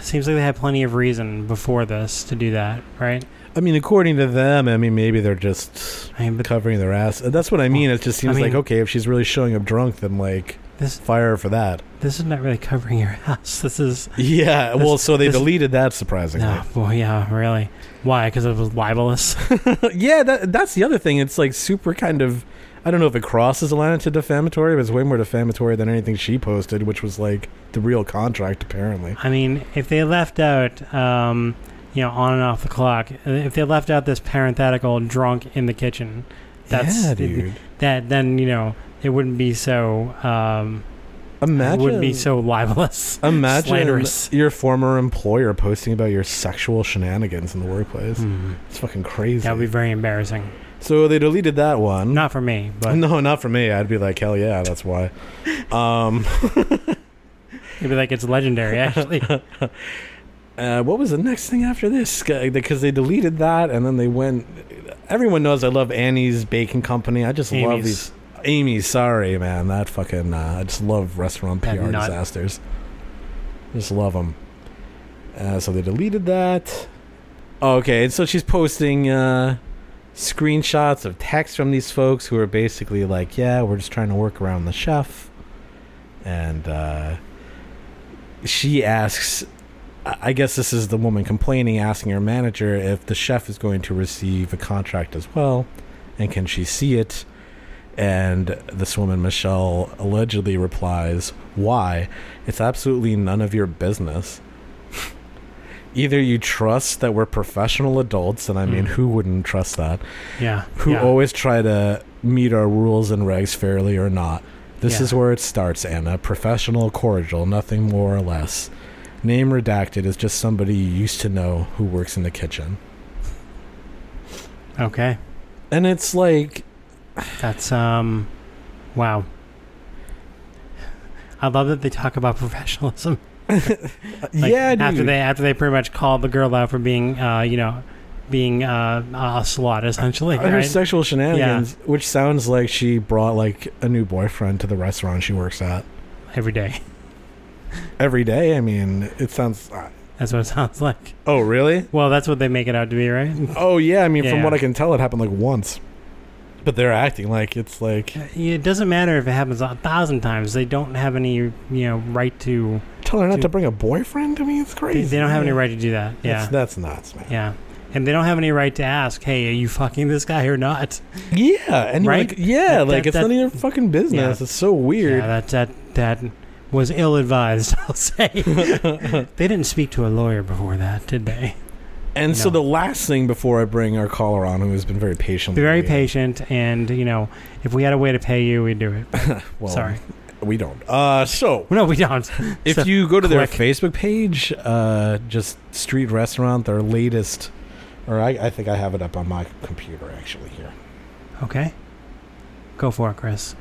C: seems like they had plenty of reason before this to do that, right?
A: I mean, according to them, I mean, maybe they're just
C: I mean, but
A: covering their ass. That's what I mean. It just seems
C: I mean-
A: like okay, if she's really showing up drunk, then like,
C: This
A: Fire for that.
C: this is not really covering your ass. This is
A: Yeah.
C: This-
A: well, so they
C: this-
A: deleted that surprisingly.
C: no, boy, yeah, really. Why? Because it was libelous.
A: yeah, that, that's the other thing. It's like super kind of. I don't know if it crosses a line into defamatory, but it's way more defamatory than anything she posted, which was like the real contract, apparently.
C: I mean, if they left out, um, you know, on and off the clock, if they left out this parenthetical drunk in the kitchen, that's
A: yeah, dude.
C: that then you know it wouldn't be so um, it
A: Imagine
C: wouldn't be so libelous.
A: Imagine
C: slanderous.
A: your former employer posting about your sexual shenanigans in the workplace.
C: Hmm.
A: It's fucking crazy.
C: That would be very embarrassing.
A: so they deleted that one.
C: Not for me, but
A: no, not for me. I'd be like, hell yeah, that's why. Um,
C: it'd be like it's legendary. Actually,
A: uh, what was the next thing after this? Because they deleted that, and then they went. Everyone knows I love Annie's Baking Company. I just love
C: Amy's.
A: these. Amy, sorry, man. That fucking. Uh, I just love restaurant
C: That
A: PR
C: nut.
A: disasters. Just love them. Uh, so they deleted that. Oh, Okay, and so she's posting uh, screenshots of text from these folks who are basically like, "Yeah, we're just trying to work around the chef," and uh, she asks. I I guess this is the woman complaining, asking her manager if the chef is going to receive a contract as well, and can she see it? And this woman, Michelle, allegedly replies, Why? It's absolutely none of your business. Either you trust that we're professional adults, and I mean, who wouldn't trust that?
C: yeah,
A: Who
C: yeah.
A: always try to meet our rules and regs fairly or not. This
C: Yeah.
A: is where it starts, Anna. Professional, cordial, nothing more or less. Name redacted is just somebody you used to know who works in the kitchen.
C: okay,
A: And it's like,
C: that's um, wow. I love that they talk about professionalism. Like,
A: yeah, dude.
C: after they after they pretty much called the girl out for being uh, you know, being uh, a slut essentially.
A: her
C: right?
A: sexual shenanigans, which sounds like she brought like a new boyfriend to the restaurant she works at
C: Every day.
A: every day. I mean, it sounds. uh,
C: That's what it sounds like.
A: Oh, really?
C: Well, that's what they make it out to be, right?
A: Oh, yeah. I mean, from
C: Yeah.
A: what I can tell, it happened like once. But they're acting like it's like
C: It doesn't matter if it happens a thousand times. They don't have any, you know, right to.
A: tell her not to
C: Dude.
A: bring a boyfriend. I mean, it's crazy.
C: They, they don't have any
A: man.
C: right to do that. Yeah,
A: That's, that's nuts, man.
C: yeah, and they don't have any right to ask, "Hey, are you fucking this guy or not?"
A: Yeah, and you're
C: Right?
A: Like, yeah,
C: That-
A: like
C: that-
A: it's none of your fucking business.
C: Yeah.
A: It's so weird.
C: Yeah, that that that was ill advised. I'll say. they didn't speak to a lawyer before that, did they?
A: Oh, and so
C: no.
A: the last thing before I bring our caller on, who has been very patient,
C: Be very
A: with me,
C: patient, and you know, if we had a way to pay you, we'd do it.
A: Well,
C: Sorry,
A: we don't. Uh, so
C: no, we don't.
A: If
C: So-
A: you go to their
C: quick.
A: Facebook page, uh, just Street Restaurant, their latest, or I, I think I have it up on my computer actually here.
C: okay, go for it, Chris.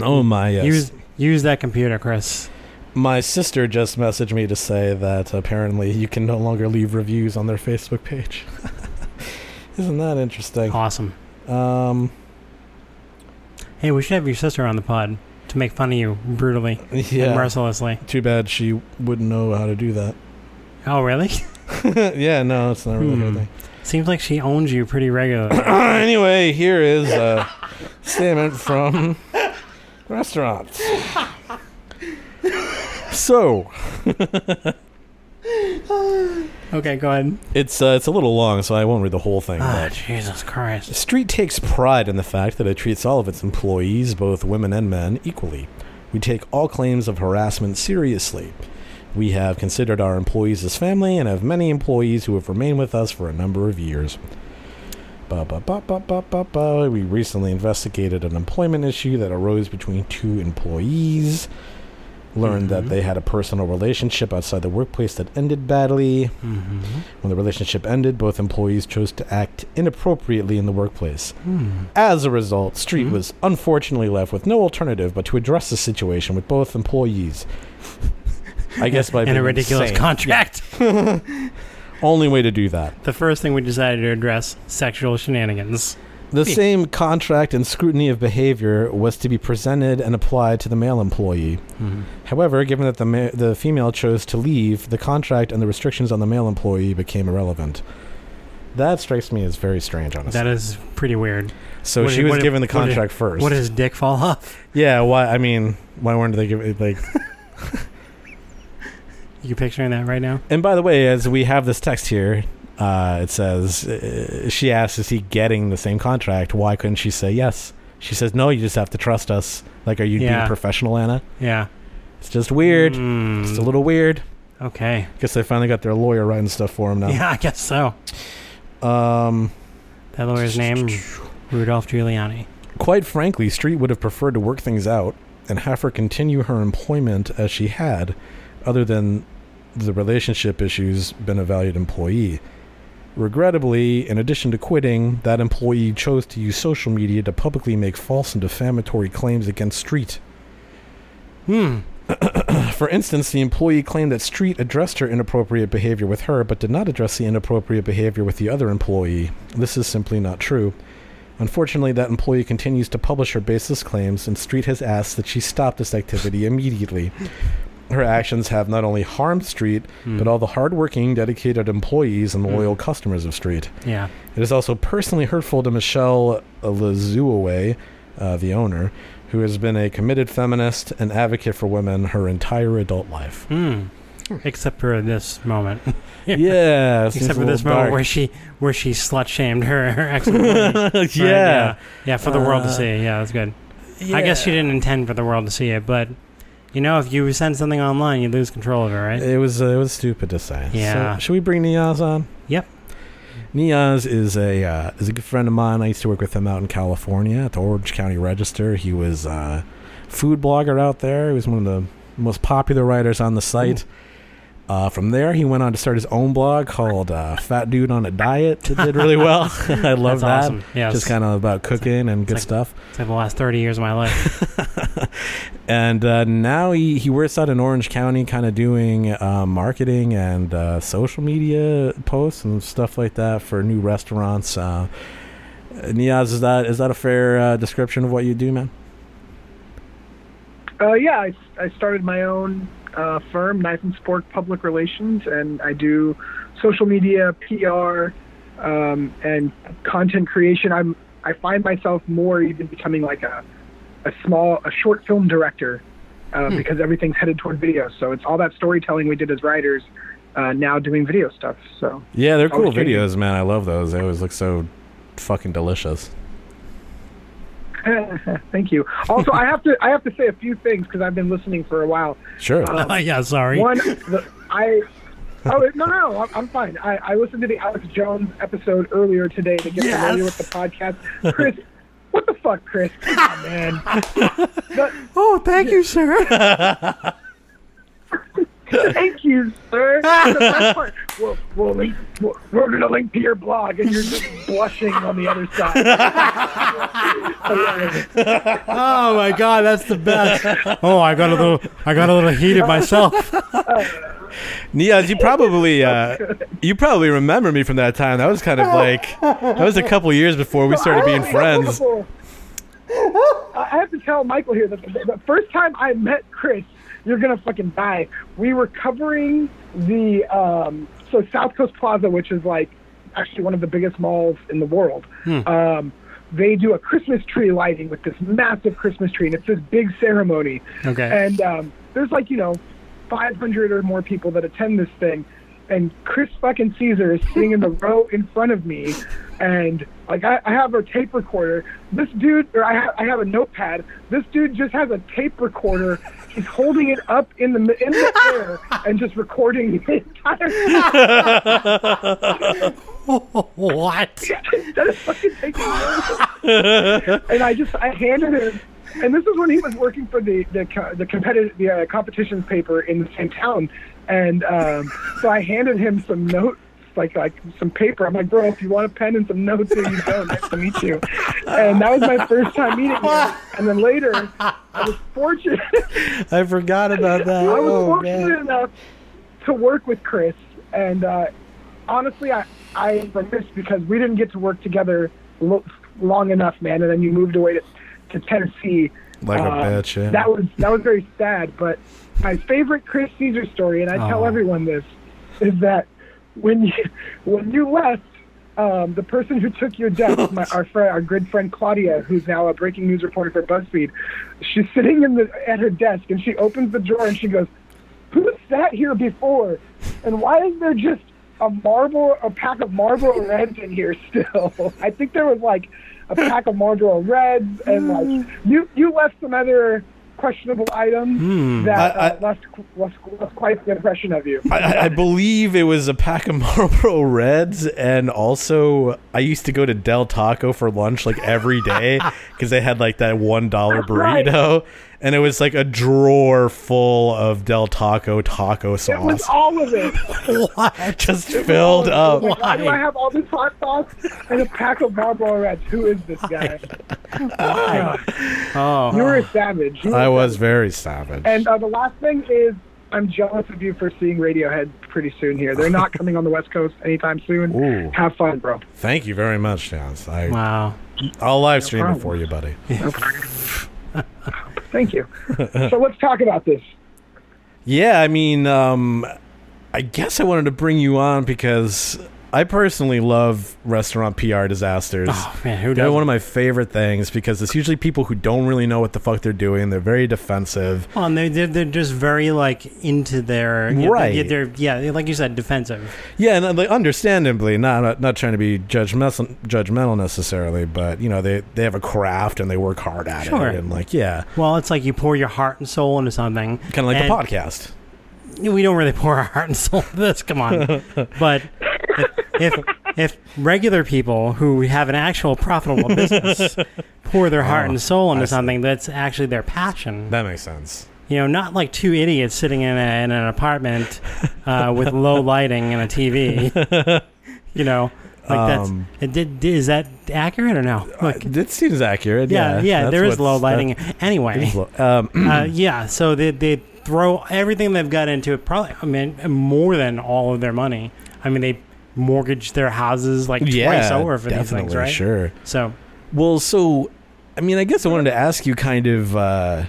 A: Oh my! Yes.
C: Use use that computer, Chris.
A: my sister just messaged me to say that apparently you can no longer leave reviews on their Facebook page. Isn't that interesting?
C: Awesome.
A: Um,
C: Hey, we should have your sister on the pod to make fun of you brutally and
A: yeah.
C: mercilessly.
A: Too bad she wouldn't know how to do that.
C: Oh, really?
A: yeah, no, it's not really her
C: Hmm.
A: thing.
C: Seems like she owns you pretty regularly.
A: anyway, here is a statement from the restaurant. So
C: okay, go ahead.
A: it's uh, it's a little long, so I won't read the whole thing.
C: Ah,
A: but-
C: Jesus Christ.
A: Street takes pride in the fact that it treats all of its employees, both women and men, equally. We take all claims of harassment seriously. We have considered our employees as family and have many employees who have remained with us for a number of years. Ba, ba, ba, ba, ba, ba, ba. We recently investigated an employment issue that arose between two employees, learned that
C: Mm-hmm.
A: they had a personal relationship outside the workplace that ended badly.
C: Mm-hmm.
A: When the relationship ended, both employees chose to act inappropriately in the workplace.
C: Hmm.
A: As a result,
C: Mm-hmm.
A: Street was unfortunately left with no alternative but to address the situation with both employees. I guess by
C: In a
A: being
C: ridiculous
A: insane.
C: contract.
A: Only way to do that.
C: The first thing we decided to address sexual shenanigans.
A: The
C: Yeah.
A: same contract and scrutiny of behavior was to be presented and applied to the male employee.
C: Mm-hmm.
A: However, given that the ma- the female chose to leave, the contract and the restrictions on the male employee became irrelevant. That strikes me as very strange, honestly.
C: That is pretty weird.
A: so
C: What
A: she
C: did-
A: was
C: what did-
A: given the
C: what did-
A: contract first.
C: What does dick fall off?
A: Yeah, why? I mean, why weren't they giving like?
C: You picturing that right now?
A: And by the way, as we have this text here, uh, it says uh, she asks, "Is he getting the same contract? Why couldn't she say yes?" She says, "No, you just have to trust us. Like, are you
C: Yeah.
A: being professional, Anna?
C: Yeah.
A: It's just weird.
C: Mm,
A: It's a little weird."
C: okay.
A: Guess they finally got their lawyer writing stuff for him now.
C: Yeah, I guess so.
A: Um,
C: That lawyer's name, Rudolph Giuliani.
A: quite frankly, Street would have preferred to work things out and have her continue her employment as she had, other than the relationship issues, been a valued employee. Regrettably, in addition to quitting, that employee chose to use social media to publicly make false and defamatory claims against Street.
C: Hmm.
A: For instance, the employee claimed that Street addressed her inappropriate behavior with her, but did not address the inappropriate behavior with the other employee. This is simply not true. Unfortunately, that employee continues to publish her baseless claims, and Street has asked that she stop this activity immediately. Her actions have not only harmed Street, but all the hardworking, dedicated employees and loyal customers of Street.
C: Yeah.
A: It is also personally hurtful to Michelle Lazuaway, uh, the owner, who has been a committed feminist and advocate for women her entire adult life.
C: Hmm. Except for this moment.
A: Yeah, it seems
C: Except
A: a
C: for this
A: little
C: moment
A: dark.
C: where she where she slut shamed her, her ex. yeah.
A: yeah.
C: yeah. Yeah. For the world to
A: Uh,
C: see. Yeah, that's good. I guess she didn't intend for the world to see it, but you know, if you send something online, you lose control of it, right?
A: It was uh, it was stupid to say. So,
C: Yeah.
A: should we bring Niaz on?
C: Yep.
A: Niaz is a uh, is a good friend of mine. I used to work with him out in California at the Orange County Register. He was a food blogger out there. He was one of the most popular writers on the site. Uh, from there, he went on to start his own blog called uh, Fat Dude on a Diet. It did really well. I love
C: That's
A: that.
C: awesome. Yeah,
A: Just kind of about cooking and good
C: like-
A: stuff.
C: it's like the last thirty years of my life.
A: and uh, now he, he works out in Orange County, kind of doing uh, marketing and uh, social media posts and stuff like that for new restaurants. Uh, Niaz, is that is that a fair uh, description of what you do, man?
F: Uh, yeah, I, I started my own uh, firm, Knife and Sport Public Relations, and I do social media, PR, um, and content creation. I'm I find myself more even becoming like a a small a short film director uh,
D: Hmm.
F: because everything's headed toward video. So it's all that storytelling we did as writers uh, now doing video stuff. So
A: Yeah,
C: Oh,
A: they're
F: cool
A: cool
F: Okay.
A: videos,
F: videos,
A: man. I love those. They always look so fucking delicious.
F: thank you. Also, I have to I have to say a few things because I've been listening for a while.
A: Sure.
C: yeah, sorry.
F: One, the, I. Oh wait, no, no, no! I'm, I'm fine. I, I listened to the Alex Jones episode earlier today to get familiar with the podcast. Chris, what the fuck, Chris? Come on, man.
C: Oh, thank you, sir.
F: Thank you, sir. The best part, we'll, we'll link, we'll, we're going to link to your blog, and you're just blushing on the other side.
C: Oh my god, that's the best. Oh, I got a little, I got a little heated myself.
A: Niaz, you probably uh, you probably remember me from that time. That was kind of like that was a couple years before we started being friends.
F: I have to tell Michael here that the, the first time I met Chris, you're gonna fucking die. We were covering the um, so South Coast Plaza, which is like actually one of the biggest malls in the world.
A: Hmm.
F: Um, they do a Christmas tree lighting with this massive Christmas tree, and it's this big ceremony.
C: Okay.
F: And um, there's like you know, 500 or more people that attend this thing, and Chris fucking Caesar is sitting in the row in front of me, and like I, I have a tape recorder. This dude, or I, ha- I have a notepad. This dude just has a tape recorder. He's holding it up in the mi- in the air and just recording the entire.
C: what?
F: that is fucking taking forever. and I just I handed him, and this is when he was working for the the co- the competitive the uh, competitions paper in the same town, and um, so I handed him some notes. Like like some paper. I'm like, bro, if you want a pen and some notes, here you go. Nice to meet you. And that was my first time meeting him. And then later, I was fortunate.
A: I forgot about that. Oh,
F: I was fortunate enough to work with Chris, and uh, honestly, I I am remiss because we didn't get to work together lo- long enough, man. And then you moved away to, to Tennessee.
A: Like a
F: Um,
A: bitch, yeah.
F: That was that was very sad. But my favorite Chris Caesar story, and I tell everyone this, is that when you when you left, um, the person who took your death, my, our friend, our good friend Claudia, who's now a breaking news reporter for BuzzFeed, she's sitting in the at her desk and she opens the drawer and she goes, "Who sat here before? And why is there just a marble, a pack of Marlboro Reds in here still? I think there was like a pack of Marlboro Reds and like
A: Hmm.
F: you you left some other." Questionable items that
A: Hmm. I- I-
F: uh, left, left, left quite the impression of you.
A: I, I- I believe it was a pack of Marlboro Reds, and also I used to go to Del Taco for lunch like every day because they had like that one dollar
F: right.
A: burrito, and it was like a drawer full of Del Taco taco
F: It was
A: sauce,
F: all of it.
A: just filled
F: I
A: up.
F: was like, Why do I have all this hot sauce and a pack of Marlboro Reds? Who is this guy?
C: Oh,
F: You were a savage. You were-
A: I was very savage.
F: And uh, the last thing is, I'm jealous of you for seeing Radiohead pretty soon here. They're not coming on the West Coast anytime soon.
A: Ooh.
F: Have fun, bro.
A: Thank you very much, Chance. I,
C: wow.
A: I'll live stream it
F: problem.
A: for you, buddy.
F: Thank you. so let's talk about this.
A: Yeah, I mean, um, I guess I wanted to bring you on because I personally love restaurant PR disasters.
C: Oh, man, who
A: They're
C: does?
A: one of my favorite things because it's usually people who don't really know what the fuck they're doing. They're very defensive.
C: Well, and they they're, they're just very like into their yeah,
A: Right.
C: They're, they're- yeah, like you said, defensive.
A: Yeah, and uh, like, understandably, not, not not trying to be judgmental, judgmental necessarily, but you know they they have a craft and they work hard at
C: Sure.
A: it. And like, yeah,
C: Well, it's like you pour your heart and soul into something,
A: kind of like
C: and
A: the podcast.
C: We don't really pour our heart and soul into this. Come on, but if, if if regular people who have an actual profitable business pour their heart
A: Oh,
C: and soul into
A: I see.
C: something that's actually their passion,
A: That makes sense.
C: you know, not like two idiots sitting in, a, in an apartment uh, with low lighting and a TV. you know, like that's
A: Um,
C: it did, did- is that accurate or no? Look,
A: That seems accurate.
C: yeah,
A: Yeah,
C: yeah,
A: that's
C: there is
A: what's-
C: low lighting.
A: that-
C: anyway,
A: there's low- um,
C: uh, yeah, so they they throw everything they've got into it. Probably, I mean, more than all of their money. I mean, they mortgage their houses like twice over for these things,
A: definitely,
C: right?
A: Sure.
C: So
A: Well, so I mean, I guess I wanted to ask you, kind of, uh,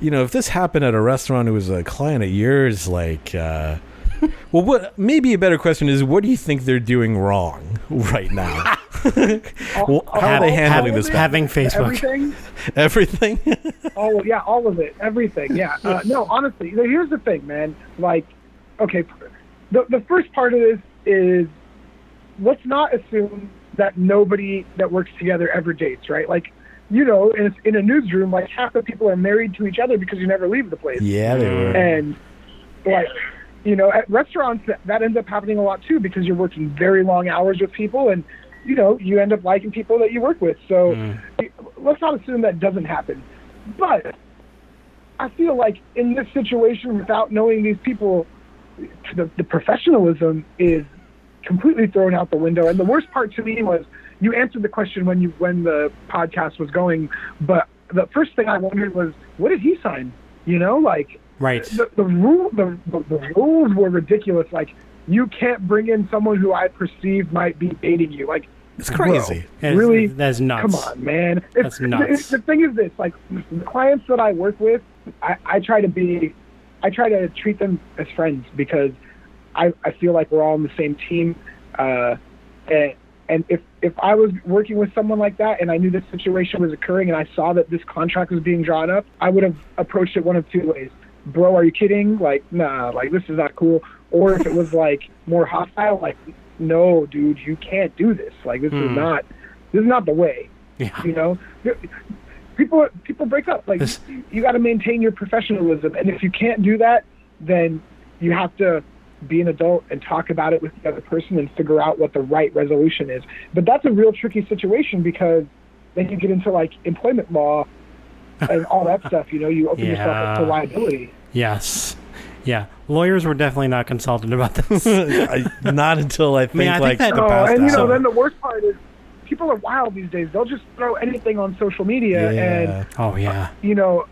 A: you know, if this happened at a restaurant who was a client of yours, like, uh, well, what maybe a better question is, what do you think they're doing wrong right now? Well, how are
C: have-
A: they
C: have-
A: handling this? bad-
C: having Facebook.
F: Everything.
A: Everything.
F: all yeah, all of it, everything. Yeah. Uh, no, honestly, the- here's the thing, man. Like, okay, the the first part of this is let's not assume that nobody that works together ever dates, right? Like, you know, in a, in a newsroom, like half the people are married to each other because you never leave the place
A: yeah, they were.
F: and like you know at restaurants that, that ends up happening a lot too because you're working very long hours with people and you know you end up liking people that you work with so y- let's not assume that doesn't happen but i feel like in this situation without knowing these people the, the professionalism is completely thrown out the window and the worst part to me was you answered the question when you when the podcast was going but the first thing i wondered was what did he sign you know like
C: Right.
F: the, the rule the, the, the rules were ridiculous. Like you can't bring in someone who I perceive might be dating you. Like
A: It's crazy.
C: That is-
F: really?
C: That is nuts.
F: come on, man. If-
C: That's nuts.
F: The, the thing is this: like the clients that I work with, I, I try to be, I try to treat them as friends because I, I feel like we're all on the same team. Uh, and and if if I was working with someone like that and I knew this situation was occurring and I saw that this contract was being drawn up, I would have approached it one of two ways. Bro, are you kidding? Like, nah, like this is not cool. Or if it was like more hostile, like, no, dude, you can't do this. Like, this
C: Hmm.
F: is not, this is not the way.
C: Yeah.
F: You know, people people break up. Like
C: This-
F: you got to maintain your professionalism, and if you can't do that, then you have to be an adult and talk about it with the other person and figure out what the right resolution is. But that's a real tricky situation because then you get into like employment law and all that stuff. You know, you open yourself up to
C: Yeah.
F: liability.
C: Yes. Yeah. Lawyers were definitely not consulted about this.
A: I, not until I think
C: mean, I think
A: like
C: that-
A: the
F: Oh,
A: past
F: and you know,
A: hour.
F: then the worst part is people are wild these days. They'll just throw anything on social media and
A: yeah.
C: oh yeah.
F: you know,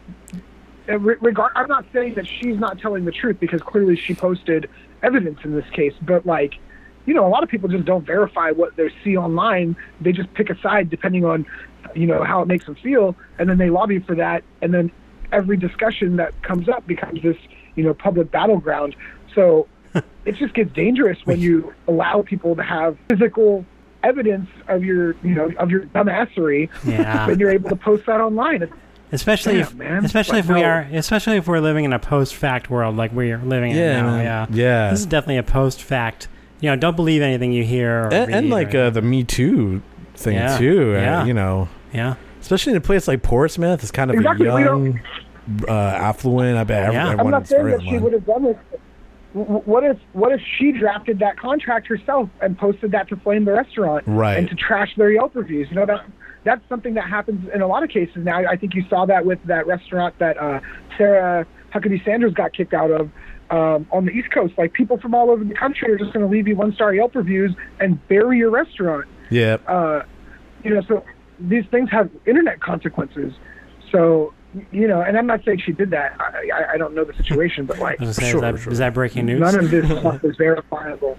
F: and re- regard. I'm not saying that she's not telling the truth because clearly she posted evidence in this case, but like, you know, a lot of people just don't verify what they see online. They just pick a side depending on, you know, how it makes them feel, and then they lobby for that, and then every discussion that comes up becomes this, you know, public battleground. So it just gets dangerous when you allow people to have physical evidence of your, you know, of your dumbassery
C: Yeah.
F: when you're able to post that online. It's,
C: Especially
F: Damn,
C: if,
F: man.
C: especially
F: Like,
C: if we
F: no.
C: are, especially if we're living in a post-fact world like we're living
A: Yeah,
C: in now.
A: man.
C: Yeah,
A: Yeah.
C: This is definitely a post-fact. You know, don't believe anything you hear. Or
A: and, and
C: read
A: like
C: or-
A: uh, the Me Too thing
C: Yeah,
A: too. uh,
C: yeah.
A: you know,
C: yeah,
A: especially in a place like Portsmouth, it's kind of
F: Exactly,
A: a
F: we don't-
A: young, uh, affluent. I bet every-
C: Yeah. I'm
A: everyone
F: I'm not
A: is
F: saying
A: very
F: that she
A: online.
F: would have done this. W- w- What if what if she drafted that contract herself and posted that to flame the restaurant
A: Right.
F: and to trash their Yelp reviews? You know that that's something that happens in a lot of cases now. I think you saw that with that restaurant that uh, Sarah Huckabee Sanders got kicked out of um, on the East Coast. Like people from all over the country are just going to leave you one star Yelp reviews and bury your restaurant
A: Yeah.
F: uh, you know, so these things have internet consequences. So, you know, and I'm not saying she did that. I, I, I don't know the situation, but like,
C: I was gonna say,
A: Sure,
C: is, that,
A: sure.
C: is that breaking news?
F: none of this stuff is verifiable,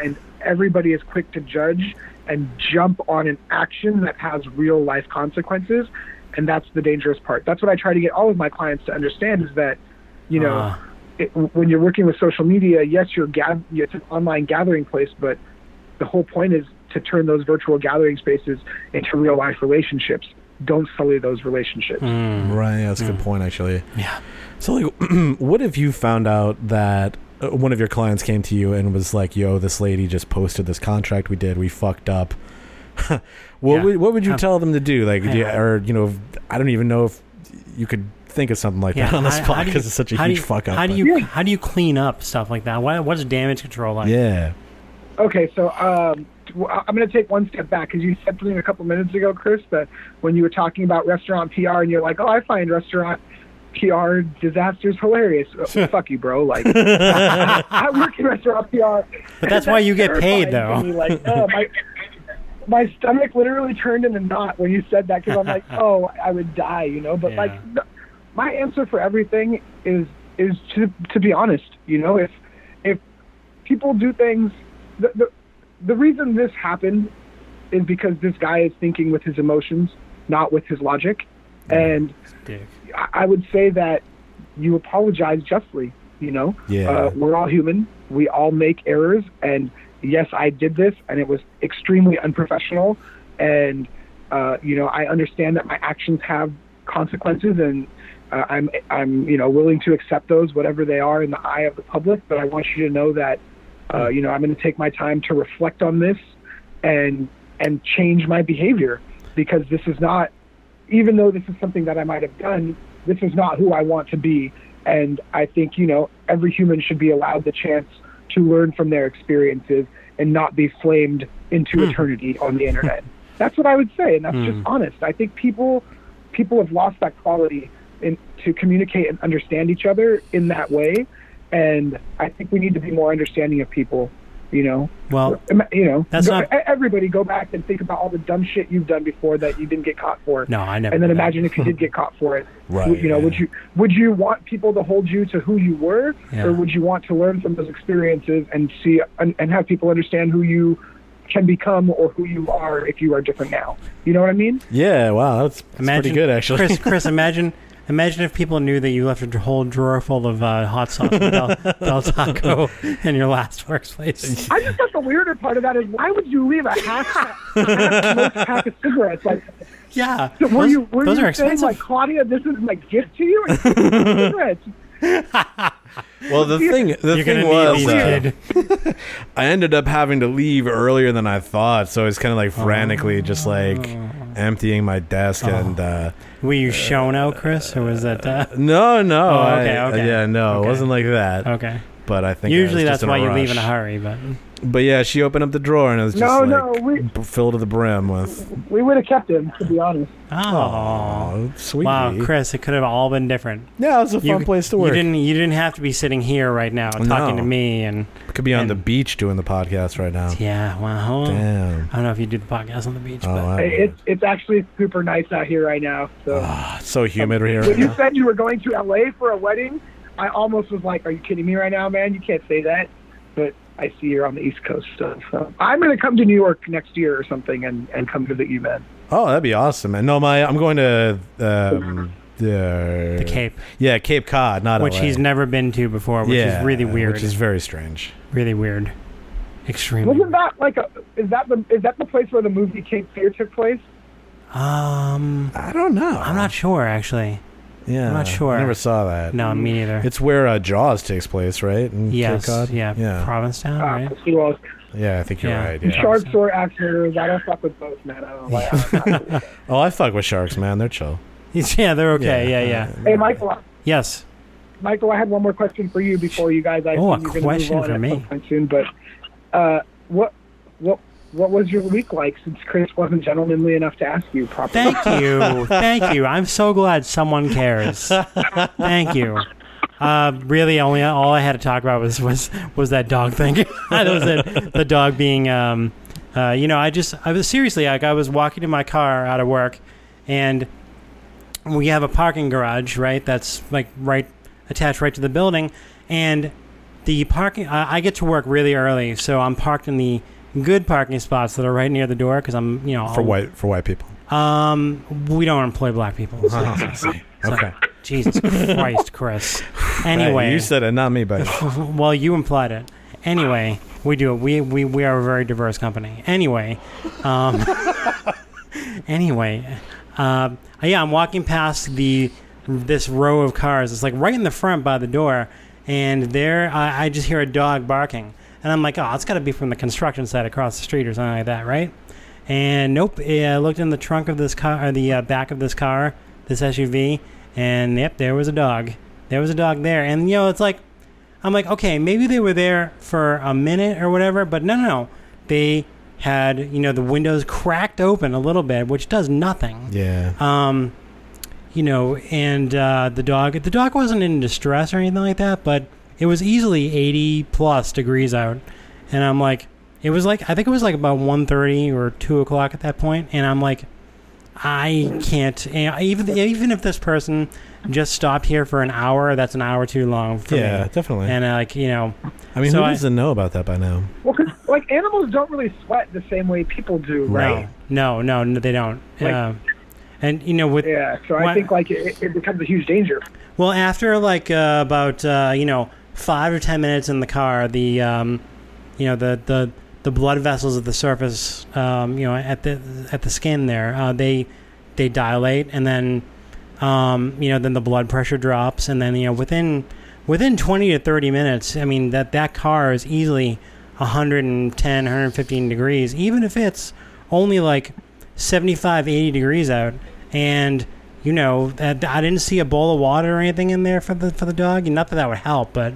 F: and everybody is quick to judge and jump on an action that has real life consequences, and that's the dangerous part. That's what I try to get all of my clients to understand is that, you know
C: Ah.
F: it, when you're working with social media, yes, you're gath- it's an online gathering place, but the whole point is to turn those virtual gathering spaces into real life relationships. Don't sully those relationships.
C: Mm.
A: Mm, Right, yeah, that's a good point, actually.
C: Yeah.
A: So, like, what if you found out that uh, one of your clients came to you and was like, "Yo, this lady just posted this contract we did. We fucked up." what
C: Yeah.
A: would what would you
C: Um,
A: tell them to do? Like, do you-
C: yeah.
A: or you know, if- I don't even know if you could think of something like that on the
C: how-
A: spot
C: how do you-
A: because it's such a
C: how do
A: huge
C: you-
A: fuck up.
C: How do
A: but-
C: you how do you clean up stuff like that? What what's damage control like?
A: Yeah.
F: Okay, so um, w- I- I'm going to take one step back because you said something a couple minutes ago, Chris, that when you were talking about restaurant PR and you're like, oh, I find restaurant PR disasters hilarious. Uh, Fuck you, bro. Like, I, work in restaurant PR.
C: But that's why you get paid,
F: terrifying
C: though.
F: to me, Like, oh, my, my stomach literally turned into knot when you said that because I'm like, oh, I would die, you know. But
C: Yeah.
F: like, th- my answer for everything is is to to be honest. You know, if if people do things, the the, the reason this happened is because this guy is thinking with his emotions, not with his logic, and
C: Dick.
F: I I would say that you apologize justly. You know,
A: Yeah.
F: uh, we're all human. We all make errors, and yes, I did this, and it was extremely unprofessional. And uh, you know, I understand that my actions have consequences, and uh, I'm I'm you know willing to accept those, whatever they are, in the eye of the public. But I want you to know that uh, you know I'm going to take my time to reflect on this, and and change my behavior because this is not even though this is something that I might have done, this is not who I want to be. And I think, you know, every human should be allowed the chance to learn from their experiences and not be flamed into eternity on the internet. That's what I would say, and that's just honest. I think people people have lost that quality in, to communicate and understand each other in that way. And I think we need to be more understanding of people, you know.
C: Well,
F: Ima- You know,
C: That's
F: go-
C: not-
F: e- everybody go back and think about all the dumb shit you've done before that you didn't get caught for
C: no, I never.
F: and then
C: did that.
F: imagine if you did get caught for it.
A: Right,
F: Would- You know,
A: yeah.
F: would you would you want people to hold you to who you were,
C: Yeah.
F: or would you want to learn from those experiences and see and, and have people understand who you can become or who you are if you are different now? You know what I mean?
A: Yeah. Wow. That's, that's
C: Imagine,
A: pretty good, actually.
C: Chris, Chris, imagine, imagine if people knew that you left a dr- whole drawer full of uh, hot sauce and Del, Del Taco in your last workplace.
F: I just thought the weirder part of that is why would you leave a half, half smoked pack of cigarettes? Like,
C: Yeah,
F: so were
C: those,
F: you were
C: those
F: you
C: are
F: saying
C: expensive.
F: like Claudia, this is my gift to you? cigarettes.
A: Well, the thing the
C: You're
A: thing
C: gonna
A: was,
C: need these,
A: uh,
C: kid.
A: I ended up having to leave earlier than I thought, so I was kind of like
C: Oh.
A: frantically just like emptying my desk and uh
C: Were you shown out, Chris, or was that uh,
A: no, no,
C: Oh, okay,
A: I-
C: okay.
A: yeah, no,
C: Okay.
A: it wasn't like Uh, that.
C: okay?
A: But I think I
C: Usually
A: was
C: that's
A: just
C: why
A: in a
C: you leave in a
A: rush.
C: hurry, but
A: But yeah, she opened up the drawer and it was just
F: No,
A: like
F: no, we-
A: b- filled to the brim with
F: We would have kept him, to be honest.
C: oh,
A: oh, sweetie.
C: wow, Chris, it could have all been different.
A: Yeah, it was a fun place to work.
C: You didn't. You didn't have to be sitting here right now talking to
A: No.
C: me. And
A: Could be on
C: and-
A: the beach doing the podcast right now.
C: yeah, wow.
A: Damn.
C: I don't know if you do the podcast on the beach,
A: Oh,
C: but
A: wow.
F: It's it's actually super nice out here right now. So.
A: Ah, it's so humid right here. Right
F: When you
A: now.
F: said you were going to LA for a wedding, I almost was like, "Are you kidding me right now, man? You can't say that." But I see you're on the East Coast, so, so I'm going to come to New York next year or something and and come to the event.
A: Oh, that'd be awesome. And no, my I'm going to um, the,
C: the Cape,
A: Yeah, Cape Cod, not
C: which
A: LA.
C: he's never been to before, which
A: yeah,
C: is really weird.
A: Which is very strange.
C: really weird. Extremely.
F: Wasn't that like a? Is that the is that the place where the movie Cape Fear took place?
C: Um,
A: I don't know.
C: I'm not sure actually.
A: Yeah,
C: I'm not sure.
A: I never saw that.
C: No, me neither.
A: It's where uh, Jaws takes place, right? In Cape
C: yes,
A: Cod?
C: yeah,
A: yeah,
C: Provincetown,
F: Ah,
C: right?
F: Sea Walls.
A: yeah. I think you're
C: Yeah.
A: right. Yeah.
F: Sharks or axe murderers? I don't fuck with both, man. I don't know why.
A: Oh, I fuck with sharks, man. They're chill.
C: Yeah, they're okay. Yeah, yeah.
A: uh,
F: hey, Michael. I-
C: Yes.
F: Michael, I had one more question for you before you guys. I
C: Oh,
F: think
C: a
F: you're gonna move
C: question
F: on
C: for
F: at
C: me.
F: some point Soon, but uh, what what what was your week like? Since Chris wasn't gentlemanly enough to ask you properly.
C: Thank you. Thank you. I'm so glad someone cares. Thank you. Uh, really, only all I had to talk about was was, was that dog thing. that was it. The dog being, um, uh, you know, I just, I was seriously like, I was walking to my car out of work, and we have a parking garage, right? That's like right attached right to the building, and the parking. I, I get to work really early, so I'm parked in the good parking spots that are right near the door because I'm, you know,
A: For
C: I'll-
A: white for white people.
C: um, we don't employ black people. So, so-
A: Okay.
C: Jesus Christ, Chris. Anyway,
A: Hey, you said it, not me, but
C: well, you implied it. Anyway, we do. We we we are a very diverse company. Anyway, um, anyway, uh, yeah, I'm walking past the this row of cars. It's like right in the front by the door, and there I, I just hear a dog barking, and I'm like, oh, it's got to be from the construction site across the street or something like that, right? And nope, eh, I looked in the trunk of this car, or the uh, back of this car, this SUV, and yep, there was a dog. There was a dog there, and you know, it's like I'm like, okay, maybe they were there for a minute or whatever, but no, no, no. They had, you know, the windows cracked open a little bit, which does nothing.
A: yeah.
C: Um, you know, and uh, the dog, the dog wasn't in distress or anything like that, but it was easily 80 plus degrees out, and I'm like, it was like, I think it was like about 1.30 or two o'clock at that point, and I'm like, I can't, and I- even even if this person just stopped here for an hour, that's an hour too long for me
A: Yeah, definitely.
C: and uh, like you know
A: I mean,
C: so
A: who
C: I-
A: doesn't know about that by now?
F: Well, 'cause, like animals don't really sweat the same way people do, right?
C: no no no they don't
F: Like-
C: uh, and you know with
F: Yeah. So I
C: Why-
F: think like it, it becomes a huge danger.
C: well after like uh, about uh, you know five or ten minutes in the car the um, you know the the the blood vessels at the surface um, you know at the at the skin there uh, they they dilate and then um, you know then the blood pressure drops and then you know within within 20 to 30 minutes i mean that that car is easily 110 115 degrees even if it's only like 75 80 degrees out and you know that i didn't see a bowl of water or anything in there for the for the dog not that that would help but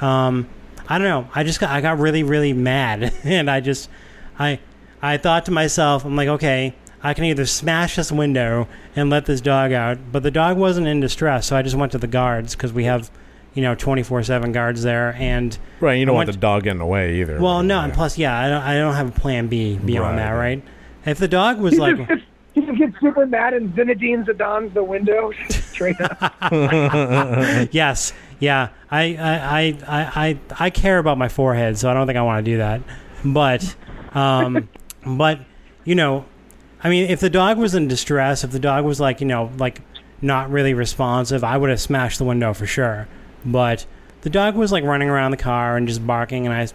C: um i don't know i just got i got really really mad and i just i i thought to myself i'm like okay i can either smash this window and let this dog out but the dog wasn't in distress so i just went to the guards because we have you know 24-7 guards there and
A: Right. You don't
C: I
A: want
C: went-
A: the dog getting away either.
C: well no and
A: Yeah.
C: plus yeah i don't, I don't have a plan b
A: Right.
C: beyond that right if the dog was
F: He
C: like
F: just gets, he just gets super mad and Zinedine Zidane's the window straight up.
C: yes, yeah. I, I, I, I, I, I care about my forehead, so I don't think I want to do that. But, um, but you know, I mean, if the dog was in distress, if the dog was like you know like not really responsive, I would have smashed the window for sure. But the dog was like running around the car and just barking, and I,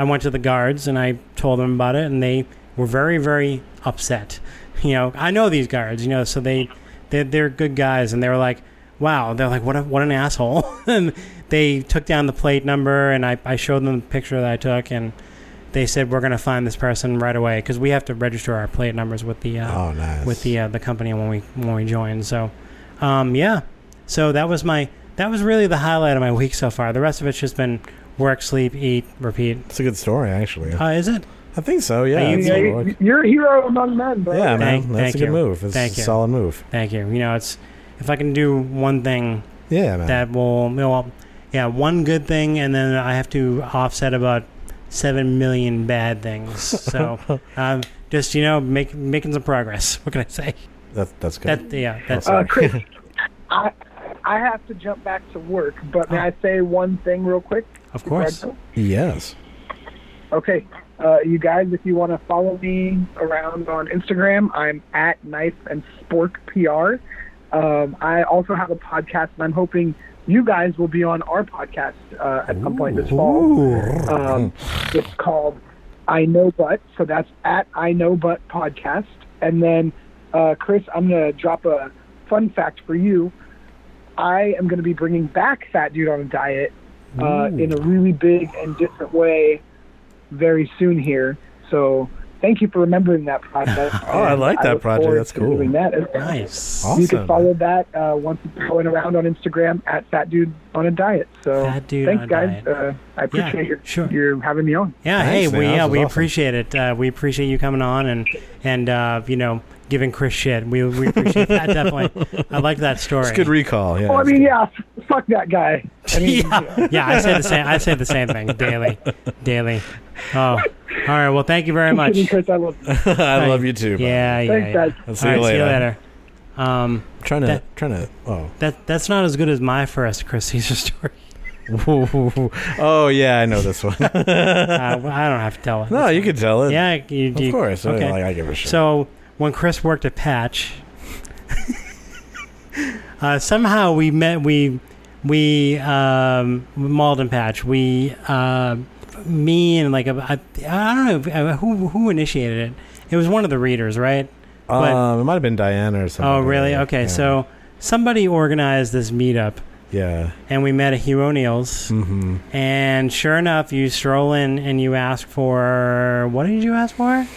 C: I went to the guards and I told them about it, and they were very very upset. You know, I know these guards, you know, so they they're, they're good guys and they were like wow they're like what, a, what an asshole and they took down the plate number and I, I showed them the picture that i took and they said we're going to find this person right away because we have to register our plate numbers with the uh,
A: Oh, nice.
C: with the uh, the company when we when we join so um, yeah so that was my that was really the highlight of my week so far the rest of it's just been work sleep eat repeat
A: It's a good story, actually.
C: uh, is it
A: I think so. Yeah.
C: Are you-
A: it's
F: Yeah,
A: a
F: you-
A: good-
F: you're a hero among men, bro.
A: yeah, man.
C: Thank-
A: that's
C: thank
A: a good
C: you.
A: move. It's
C: Thank
A: a
C: you.
A: solid move.
C: thank you you know it's if i can do one thing
A: Yeah, man.
C: that will well yeah one good thing and then i have to offset about seven million bad things so um, just you know make, making some progress what can i say
A: that's that's good.
C: that yeah that's
F: Uh, Chris, I I have to jump back to work, but may I say one thing real quick?
C: of
F: before I
C: course
F: go?
A: yes.
F: Okay, uh, you guys, if you want to follow me around on Instagram, I'm at Knife and Spork PR. Um, I also have a podcast, and I'm hoping you guys will be on our podcast uh, at some point this fall. Um, it's called I Know But. So that's at I Know But podcast. And then, uh, Chris, I'm going to drop a fun fact for you. I am going to be bringing back Fat Dude on a Diet uh, in a really big and different way very soon here. So thank you for remembering that project.
A: Oh, I
F: and
A: like that
F: look
A: project.
F: forward
A: That's
F: to
A: cool.
F: Doing that as well.
C: Nice.
A: Awesome.
F: You can follow that uh, once it's going around on Instagram at Fat Dude on a Diet. So
C: Fat Dude
F: thanks,
C: on a
F: guys.
C: Diet.
F: Uh, I appreciate your,
C: sure.
F: your having me on.
C: Yeah,
A: Thanks,
C: hey,
A: man.
C: we
A: That
C: yeah
A: was
C: we
A: awesome.
C: appreciate it. Uh, we appreciate you coming on and and uh, you know giving Chris shit. We we appreciate that definitely. I like that story.
A: It's good recall. Yeah.
F: Oh, I mean, yeah, f- fuck that guy. I mean,
C: yeah, yeah, I say the same. I say the same thing daily, daily. Oh, all right. Well, thank you very much.
F: kidding, Chris, I love you.
A: I love you too. bud.
C: Yeah, yeah.
F: Thanks,
C: yeah.
F: guys.
A: I'll see
C: All
A: you
C: right, see you
A: later.
C: later. Um,
A: Trying to,
C: That-
A: trying to. Oh,
C: that that's not as good as my first Chris Caesar story.
A: oh yeah, I know this one.
C: Uh, well, I don't have to tell it.
A: no, you could tell it.
C: Yeah, you,
A: of
C: you,
A: course.
C: Okay.
A: I, like, I give a shit.
C: So when Chris worked at Patch, uh, somehow we met. We we um, mauled and Patch. We uh, me and like a, I, I don't know if- uh, who who initiated it. It was one of the readers, right? but-
A: um, it might have been Diana or something.
C: oh, really? Okay,
A: Yeah.
C: so somebody organized this meetup,
A: yeah.
C: and we met at Heronials.
A: Mm-hmm.
C: And sure enough, you stroll in and you ask for what did you ask for?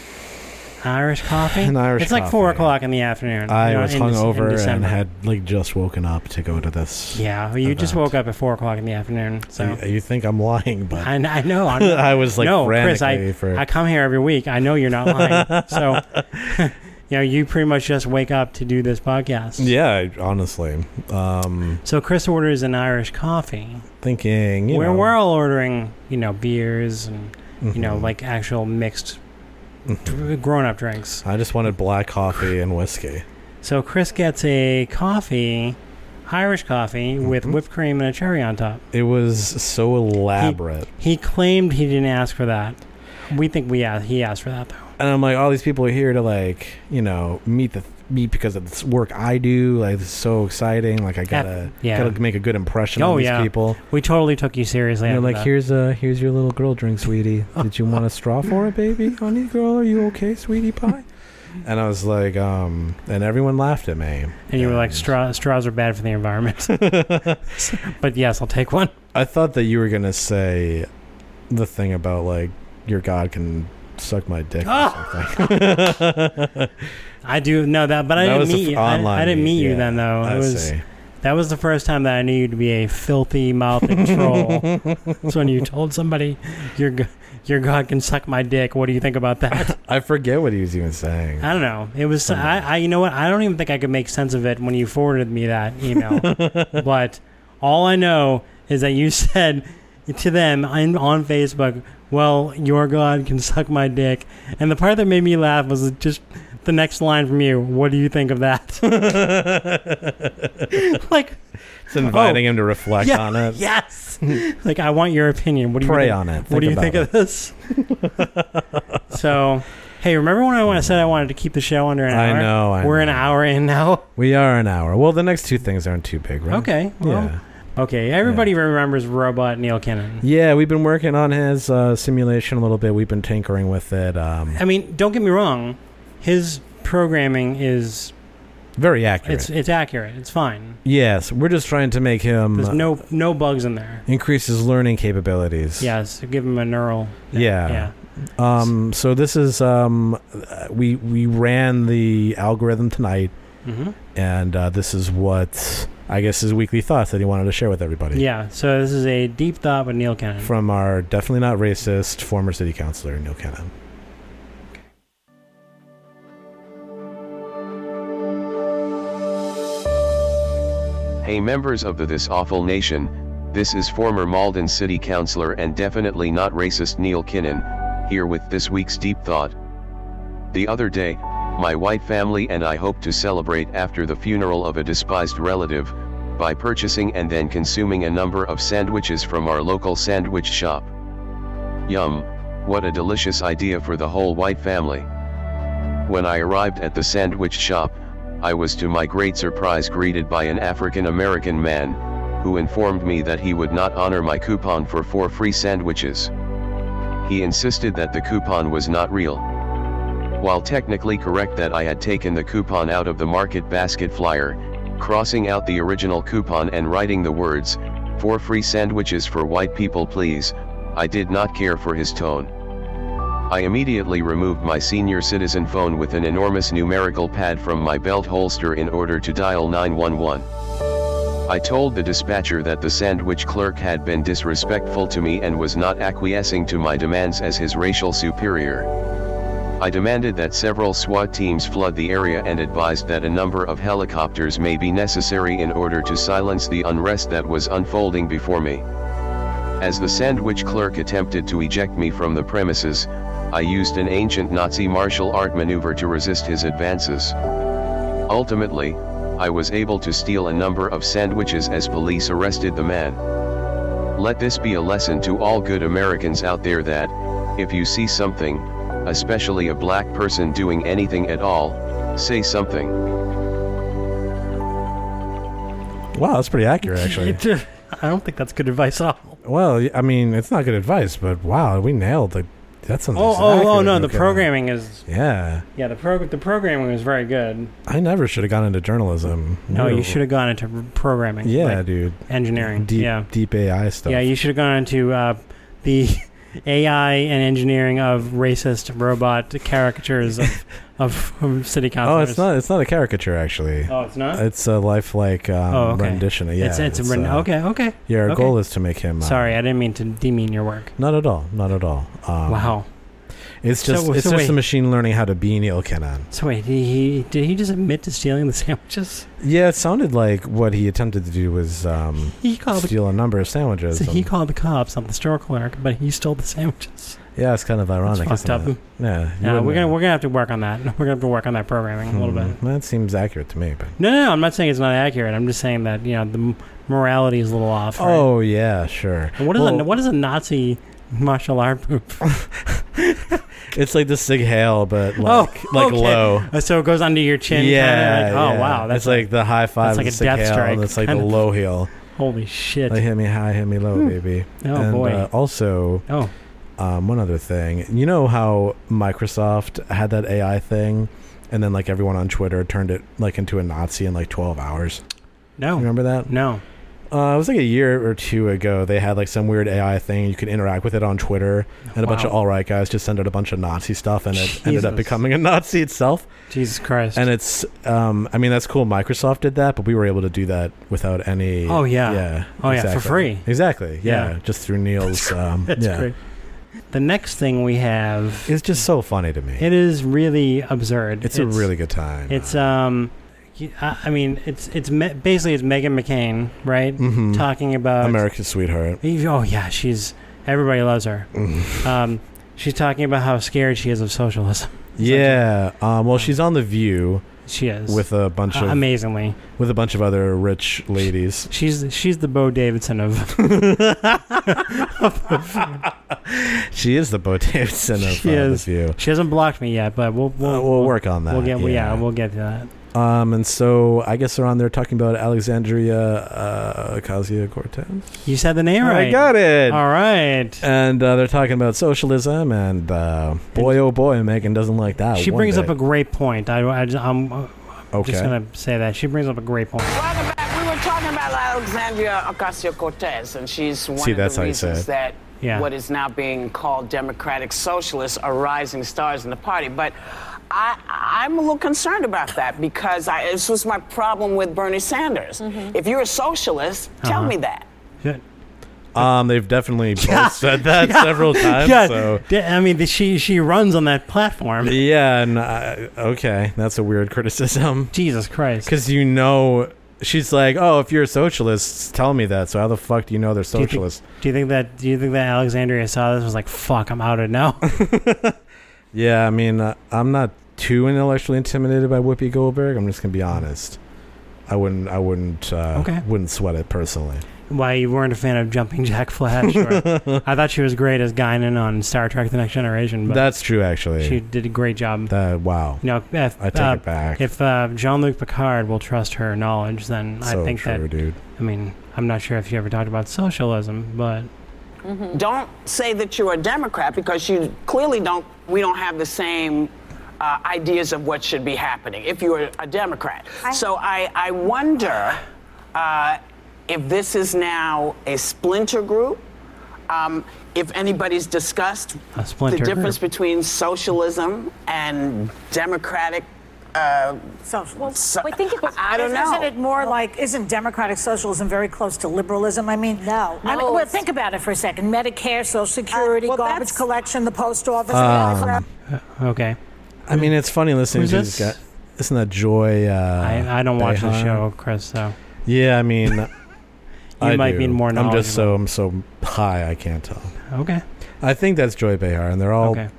C: Irish coffee.
A: An Irish
C: It's like four
A: coffee.
C: o'clock in the afternoon.
A: I
C: you know,
A: was
C: in Dec- in
A: hungover and
C: December.
A: had like just woken up to go to this.
C: Yeah, well, you just
A: event.
C: woke up at four o'clock in the afternoon. So
A: You, you think I'm lying, but
C: I, I know. I'm,
A: I was like
C: no, Chris.
A: frantically
C: I
A: for.
C: I come here every week. I know you're not lying. so you know, you pretty much just wake up to do this podcast.
A: yeah, I- honestly, um,
C: So Chris orders an Irish coffee.
A: thinking you
C: We're
A: know,
C: we're all ordering, you know, beers and you know,
A: mhm.
C: like actual mixed
A: Mm-hmm.
C: grown up drinks.
A: I just wanted black coffee and whiskey.
C: So Chris gets a coffee, Irish coffee, with
A: Mm-hmm.
C: whipped cream and a cherry on top.
A: It was so elaborate,
C: He claimed he didn't ask for that. We think we asked, he asked for that though.
A: and I'm like, all these people are here to like, you know, meet the meet because of this work I do. Like, this is so exciting. Like, I gotta
C: yeah.
A: gotta make a good impression
C: Oh,
A: on these
C: yeah.
A: people.
C: We totally took you seriously.
A: And they're
C: after
A: like,
C: that.
A: here's uh here's your little girl drink, sweetie. Did you want a straw for it, baby? Honey girl, are you okay, sweetie pie? and I was like, um, and everyone laughed at me.
C: and you were like, Straw, straws are bad for the environment. but yes, I'll take one.
A: I thought that you were gonna say the thing about like your god can suck my dick or
C: Ah!
A: something.
C: I do know that, but I
A: That
C: didn't
A: was the
C: meet
A: f-
C: you. I,
A: online
C: I didn't meet
A: meet,
C: you
A: yeah.
C: then though.
A: I
C: it was
A: see.
C: that was the first time that I knew you to be a filthy mouthing troll. That's when you told somebody your g- your god can suck my dick. What do you think about that?
A: I forget what he was even saying.
C: I don't know. It was I, I. You know what? I don't even think I could make sense of it when you forwarded me that email. but all I know is that you said to them on on Facebook, "Well, your God can suck my dick." And the part that made me laugh was just the next line from you. What do you think of that? like,
A: It's inviting him to reflect
C: Oh. yeah,
A: on it.
C: yes. like, I want your opinion. What do you
A: Pray
C: think-
A: on it.
C: what do you
A: about
C: think of this? so, hey, remember when I wa- said I wanted to keep the show under an
A: I
C: hour?
A: know, I
C: We're an
A: know.
C: hour in now.
A: We are an hour. Well, the next two things aren't too big, right?
C: Okay. Well,
A: Yeah.
C: Okay. Everybody remembers Robot Neil Cannon.
A: Yeah, we've been working on his uh, simulation a little bit. We've been tinkering with it. Um,
C: I mean, don't get me wrong. His programming is
A: very accurate.
C: it's it's accurate. It's fine.
A: yes, we're just trying to make him
C: There's no no bugs in there.
A: increase his learning capabilities.
C: Yes. Give him a neural.
A: Yeah.
C: Yeah.
A: Um, so this is um, uh, we we ran the algorithm tonight,
C: hmm
A: and uh, this is what I guess his weekly thoughts that he wanted to share with everybody.
C: Yeah. So this is a deep thought with Neil Cannon.
A: From our definitely not racist former city councilor Neil Cannon.
I: Hey members of the This Awful Nation, this is former Malden City Councilor and definitely not racist Neil Kinnan, here with this week's Deep Thought. The other day, my white family and I hoped to celebrate after the funeral of a despised relative, by purchasing and then consuming a number of sandwiches from our local sandwich shop. Yum, what a delicious idea for the whole white family. When I arrived at the sandwich shop, I was to my great surprise greeted by an African American man, who informed me that he would not honor my coupon for four free sandwiches. He insisted that the coupon was not real. While technically correct that I had taken the coupon out of the market basket flyer, crossing out the original coupon and writing the words, four free sandwiches for white people please, I did not care for his tone. I immediately removed my senior citizen phone with an enormous numerical pad from my belt holster in order to dial 911. I told the dispatcher that the sandwich clerk had been disrespectful to me and was not acquiescing to my demands as his racial superior. I demanded that several SWAT teams flood the area and advised that a number of helicopters may be necessary in order to silence the unrest that was unfolding before me. As the sandwich clerk attempted to eject me from the premises, I used an ancient Nazi martial art maneuver to resist his advances. Ultimately, I was able to steal a number of sandwiches as police arrested the man. Let this be a lesson to all good Americans out there that, if you see something, especially a black person doing anything at all, say something.
A: Wow, that's pretty accurate, actually.
C: I don't think that's good advice at all.
A: well, I mean, it's not good advice, but wow, we nailed the. That sounds.
C: Oh, oh, oh
A: exactly
C: no,
A: what
C: the
A: we got.
C: programming is
A: Yeah,
C: yeah, the prog- the programming was very good.
A: I never should have gone into journalism.
C: No,
A: Ooh.
C: Oh, you should have gone into r- programming.
A: Yeah,
C: like
A: dude.
C: engineering.
A: Deep,
C: yeah.
A: deep AI stuff.
C: Yeah, you should have gone into uh, the AI and engineering of racist robot caricatures of, of, of city
A: oh,
C: councilors.
A: it's not. It's not a caricature, actually.
C: Oh, it's not.
A: It's a lifelike um,
C: Oh, okay.
A: rendition. Yeah,
C: it's it's, a ren-
A: uh,
C: okay, okay.
A: Yeah, our
C: okay.
A: goal is to make him. uh,
C: Sorry, I didn't mean to demean your work.
A: Not at all. Not at all. Um,
C: Wow.
A: It's just
C: So-
A: it's
C: so
A: just
C: wait.
A: the machine learning how to be Neil Kennan.
C: So wait, he, he did he just admit to stealing the sandwiches?
A: Yeah, it sounded like what he attempted to do was um,
C: He called. Oh, The,
A: steal a number of sandwiches.
C: so he
A: and-
C: called the cops on the store clerk, but he stole the sandwiches.
A: yeah, it's kind of
C: That's
A: ironic.
C: fucked
A: isn't
C: up.
A: it? Yeah, you
C: Yeah,
A: wouldn't-
C: we're gonna we're gonna have to work on that. We're gonna have to work on that programming a little bit.
A: Hmm, That seems accurate to me, but
C: No, no, no, I'm not saying it's not accurate. I'm just saying that you know the m- morality is a little off. right?
A: oh yeah, sure.
C: And what is
A: Well-
C: a what is a Nazi martial art move?
A: It's like the Sig Hail, but
C: Oh,
A: like like
C: okay.
A: low.
C: Uh, so it goes under your chin. kinda,
A: Yeah,
C: like, oh
A: yeah.
C: wow, that's
A: it's like the high five.
C: like
A: of
C: a
A: Sig
C: death
A: Hail,
C: strike,
A: and It's like the
C: kind of.
A: low heel.
C: holy shit.
A: Like hit me high, hit me low, baby.
C: Oh,
A: and,
C: boy.
A: Uh, also,
C: oh,
A: Um, one other thing, you know how Microsoft had that AI thing, and then like everyone on Twitter turned it like into a Nazi in like twelve hours.
C: no,
A: You remember that?
C: Oh. no.
A: Uh, it was like a year or two ago. They had like some weird AI thing. You could interact with it on Twitter, and a bunch
C: Wow.
A: of all right guys just sent out a bunch of Nazi stuff, and it ended up
C: Jesus.
A: becoming a Nazi itself.
C: Jesus Christ.
A: And it's, um, I mean, that's cool. Microsoft did that, but we were able to do that without any.
C: Oh, yeah.
A: yeah,
C: Oh, yeah, for free.
A: Exactly, yeah,
C: Yeah.
A: just through Neil's. Um,
C: that's
A: yeah.
C: great. The next thing we have,
A: It's just so funny to me.
C: it is really absurd.
A: It's, a really good time.
C: It's um, y- I I mean, it's it's me- basically it's Megan McCain, right?
A: Mhm.
C: Talking about
A: America's sweetheart.
C: Oh yeah, she's everybody loves her.
A: Mm-hmm.
C: um, she's talking about how scared she is of socialism.
A: Yeah. Um, well, she's on the View
C: She is
A: with a bunch
C: uh,
A: of
C: amazingly.
A: with a bunch of other rich ladies.
C: She's she's the Bo Davidson of
A: She is the Bo Davidson of
C: She
A: uh,
C: is.
A: the View.
C: she hasn't blocked me yet, but we'll
A: We'll,
C: we'll,
A: uh, we'll work on that.
C: We'll get yeah. we'll get to that.
A: um, and so I guess they're on there talking about Alexandria uh, Ocasio Cortez.
C: You said the name right.
A: I got it.
C: All right.
A: And uh, they're talking about socialism, and uh, boy, oh boy, Megan doesn't like that.
C: she
A: one
C: brings up
A: bit.
C: a great point. I, I just, I'm uh,
A: okay.
C: just gonna say that she brings up a great point.
J: Welcome back. We were talking about Alexandria Ocasio Cortez, and she's one
A: See,
J: of
A: that's
J: the
A: how you say
J: reasons
A: it.
J: that
C: Yeah.
J: what is now being called democratic socialists are rising stars in the party. But I, I'm a little concerned about that because I, this was my problem with Bernie Sanders. If you're a socialist, tell me that.
C: Good.
A: um, they've definitely both said that several times.
C: yeah,
A: So
C: d- I mean, the, she she runs on that platform.
A: Yeah, and I, okay, that's a weird criticism
C: Jesus Christ!
A: because you know she's like, oh, if you're a socialist, tell me that. So how the fuck do you know they're
C: Do you, think,
A: socialist?
C: do you think that do you think that Alexandria saw this and was like, "Fuck, I'm out of now."
A: Yeah, I mean, uh, I'm not too intellectually intimidated by Whoopi Goldberg. I'm just gonna be honest. I wouldn't. I wouldn't. Uh,
C: Okay.
A: Wouldn't sweat it personally.
C: Why you weren't a fan of Jumping Jack Flash? Or, I thought she was great as Guinan on Star Trek: The Next Generation, but
A: That's true, actually.
C: she did a great job.
A: that wow.
C: you know, if,
A: I take
C: uh,
A: it back.
C: If uh, Jean-Luc Picard will trust her knowledge, then I
A: so
C: think
A: true,
C: that
A: dude.
C: I mean, I'm not sure if she ever talked about socialism, but
J: Don't say that you're a Democrat because you clearly don't. We don't have the same uh, ideas of what should be happening if you're a Democrat. so I, I wonder uh, if this is now a splinter group. Um, if anybody's discussed
C: A splinter
J: the difference
C: group.
J: between socialism and democratic uh,
K: Social. Well, I think it was,
J: I don't know.
K: Isn't it more like, isn't democratic socialism very close to liberalism? I mean, no. I mean,
L: No,
K: well,
L: it's-
K: think about it for a second. Medicare, Social Security, garbage collection, the post office.
A: Um,
C: Okay.
A: I mean, it's funny listening
C: Who's
A: to
C: this?
A: this guy. Isn't that Joy? Uh,
C: I, I don't watch the
A: Behar?
C: show, Chris. So
A: Yeah, I mean, you
C: might be more
A: I'm just so I'm so high, I can't tell.
C: Okay.
A: I think that's Joy Behar, and they're all.
C: Okay.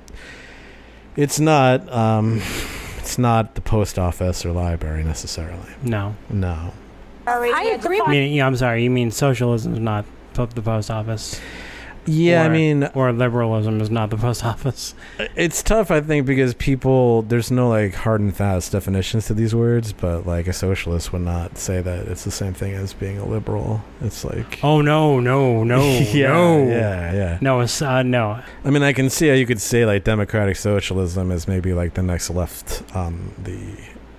A: It's not. Um, it's not the post office or library necessarily.
C: no.
A: No.
K: I agree
C: I mean, yeah, I'm sorry. You mean socialism is not po- the post office?
A: Yeah, I
C: Or-
A: mean-
C: or liberalism is not the post office.
A: It's tough, I think, because people there's no like hard and fast definitions to these words, but like a socialist would not say that it's the same thing as being a liberal. It's like
C: Oh no, no, no,
A: yeah,
C: no.
A: yeah, yeah.
C: No, it's, uh, no.
A: I mean, I can see how you could say like democratic socialism is maybe like the next left on the,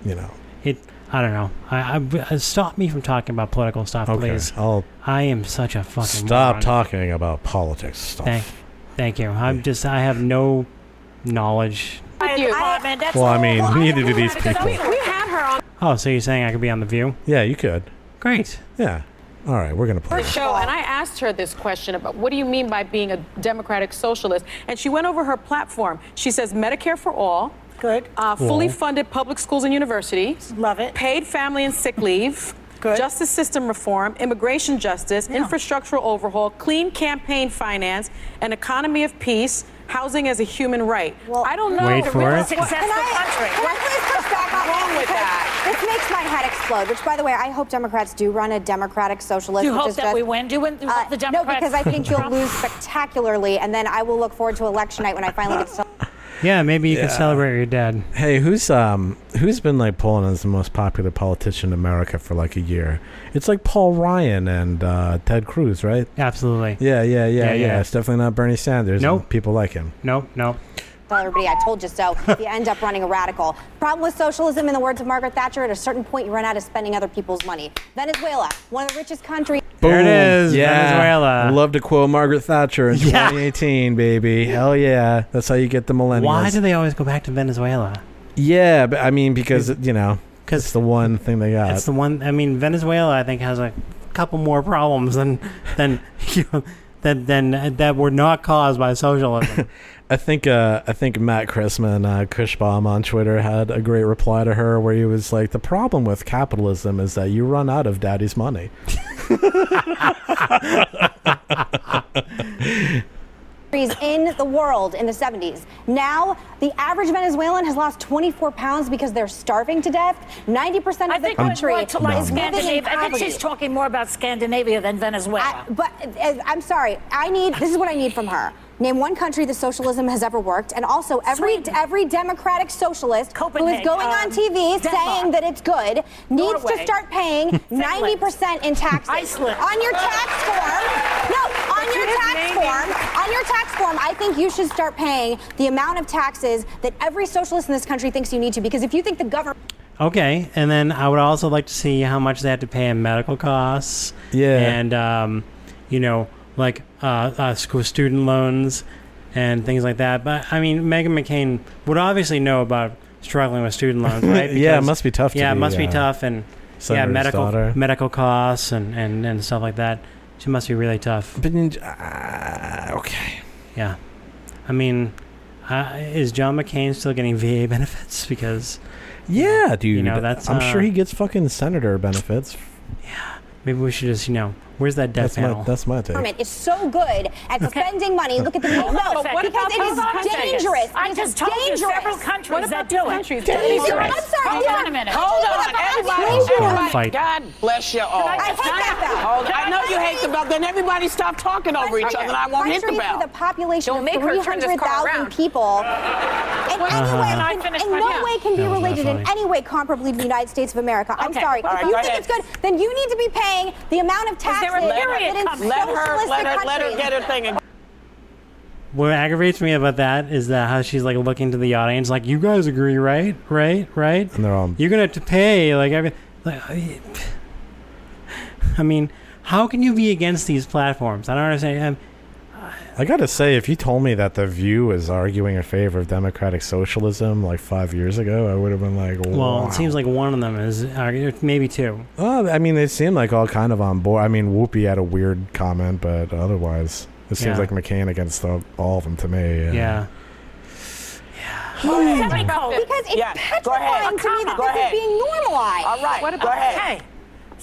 A: you know.
C: It. I don't know. I, I- stop me from talking about political stuff,
A: Okay,
C: please.
A: I'll
C: I am such a fucking
A: Stop
C: moron.
A: talking about politics stuff.
C: Thank, thank you. I'm just. I have no knowledge.
K: With you. that's
A: well, I
K: all-
A: mean, neither do these people.
K: we had her on
C: Oh, so you're saying I could be on the View?
A: Yeah, you could.
C: Great.
A: Yeah. All right, we're gonna play.
L: her show, and I asked her this question about what do you mean by being a democratic socialist? And she went over her platform. She says Medicare for all.
K: Good.
L: Uh, fully
K: Cool.
L: funded public schools and universities.
K: Love it.
L: Paid family and sick leave. Good. Justice system reform, immigration justice, infrastructural overhaul, clean campaign finance, an economy of peace, housing as a human right. I don't know.
C: Wait
L: the
C: for
L: real-
C: it.
L: what-
M: Can I- Can I please push back on
L: wrong with
M: Because
L: that?
M: This makes my head explode. Which, by the way, I hope Democrats do run a Democratic Socialist.
K: You
M: which
K: hope
M: is
K: that
M: just-
K: we win? Do you win- do you
M: Uh,
K: hope the
M: No,
K: Democrats-
M: because I think you'll lose spectacularly, and then I will look forward to election night when I finally get to.
C: Yeah, maybe you could
A: Yeah.
C: celebrate your dad.
A: Hey, who's um who's been like polling as the most popular politician in America for like a year? It's like Paul Ryan and uh, Ted Cruz, right?
C: Absolutely.
A: Yeah, yeah, yeah, yeah.
C: Yeah, yeah.
A: It's definitely not Bernie Sanders.
C: Nope.
A: and People like him.
C: Nope, nope.
M: Tell everybody I told you so. you end up running a radical. Problem with socialism, in the words of Margaret Thatcher, at a certain point you run out of spending other people's money. Venezuela, one of the richest countries.
C: There it is,
A: Yeah.
C: Venezuela.
A: Love to quote Margaret Thatcher in
C: Yeah.
A: 2018, baby. Hell yeah. That's how you get the millennials.
C: Why do they always go back to Venezuela?
A: Uh, Yeah, but I mean, because, you know, because it's the one thing they got.
C: That's the one. I mean, Venezuela, I think, has a couple more problems than than you know, than than that were not caused by socialism.
A: I think uh, I think Matt Chrisman, uh, Kushbaum on Twitter had a great reply to her where he was like, "The problem with capitalism is that you run out of daddy's money."
M: countries in the world in the 70s. Now, the average Venezuelan has lost 24 pounds because they're starving to death. 90% of the
K: think I'm-
M: country
K: Right, to like
M: is living in
K: Scandinavia. I think
M: poverty.
K: she's talking more about Scandinavia than Venezuela.
M: But uh, I'm sorry. I need this is what I need from her. Name one country that socialism has ever worked, and also every every democratic socialist who
K: Copenhagen,
M: is going on
K: um,
M: TV saying that it's good needs
K: Norway.
M: to start paying 90% in taxes. Iceland. On your tax form. No, on your tax form. On your tax form, I think you should start paying the amount of taxes that every socialist in this country thinks you need to, because if you think the government
C: okay, and then I would also like to see how much they have to pay in medical costs.
A: Yeah.
C: and um, you know, like uh, uh, school student loans and things like that. But I mean, Megan McCain would obviously know about struggling with student loans, right?
A: Yeah, it
C: Because-
A: must be tough to
C: Yeah, it
A: be,
C: must be
A: uh,
C: tough, and yeah,
A: Senator's
C: medical
A: daughter.
C: medical costs and, and and stuff like that. She must be really tough.
A: But uh, okay.
C: Yeah, I mean, uh, is John McCain still getting VA benefits? Because
A: Yeah, dude.
C: know, that's,
A: I'm
C: uh,
A: sure he gets fucking senator benefits.
C: maybe we should just you know, where's that debt
A: That's
C: panel?
A: my that's my take.
M: government is so good at spending money. Look at the
K: Hold on a
M: no,
K: second.
M: because it
K: Hold on a
M: is
K: second.
M: dangerous.
K: I
M: It is
K: just told you
M: dangerous.
K: several countries What about that do
M: the
K: it. countries that
M: Dangerous.
K: do it?
M: I'm sorry.
K: Hold
M: yeah.
K: on a minute.
M: Hold
K: Hold
M: on.
K: on, everybody.
M: Everybody.
C: Fight.
J: God bless you all.
M: Can I just take that back?
J: Hold on.
M: Can
J: I
M: I
J: know
M: just
J: you hate the bell. Then everybody stop talking over each other, and I won't hit the
M: Countries
J: bell.
M: with a population
J: Don't
M: of
J: make her turn this car
M: 300,000
J: around.
M: people in
N: Well,
M: any
N: when I
M: way,
N: finish
M: in
N: my-
M: no
N: yeah.
M: way can be
N: That was not
M: related in
N: funny.
M: any way comparably to the United States of America. I'm
N: Okay.
M: sorry.
N: All right,
M: if you
N: go
M: think
N: ahead.
M: it's good, then you need to be paying the amount of
N: there
M: taxes
N: a
M: that
N: period
M: in
N: coming?
J: Let her,
M: socialistic
J: let her, let her
M: countries-
J: get her thing. and-
C: What aggravates me about that is that how she's like looking to the audience, like, "You guys agree, right? Right? Right?" And
A: they're all,
C: "You're gonna have to pay." Like, every, like, I I mean, how can you be against these platforms? I don't understand. Um,
A: I gotta say, if you told me that the View is arguing in favor of democratic socialism like five years ago, I would have been like,
C: Well,
A: wow.
C: it seems like one of them is, or maybe two.
A: Uh, I mean, they seem like all kind of on board. I mean, Whoopi had a weird comment, but otherwise, it seems
C: Yeah.
A: like McCain against the, all of them to me. and-
C: Yeah.
M: Because it's petrifying to me that
N: Go
M: this
N: ahead.
M: is being normalized.
N: What about, Okay.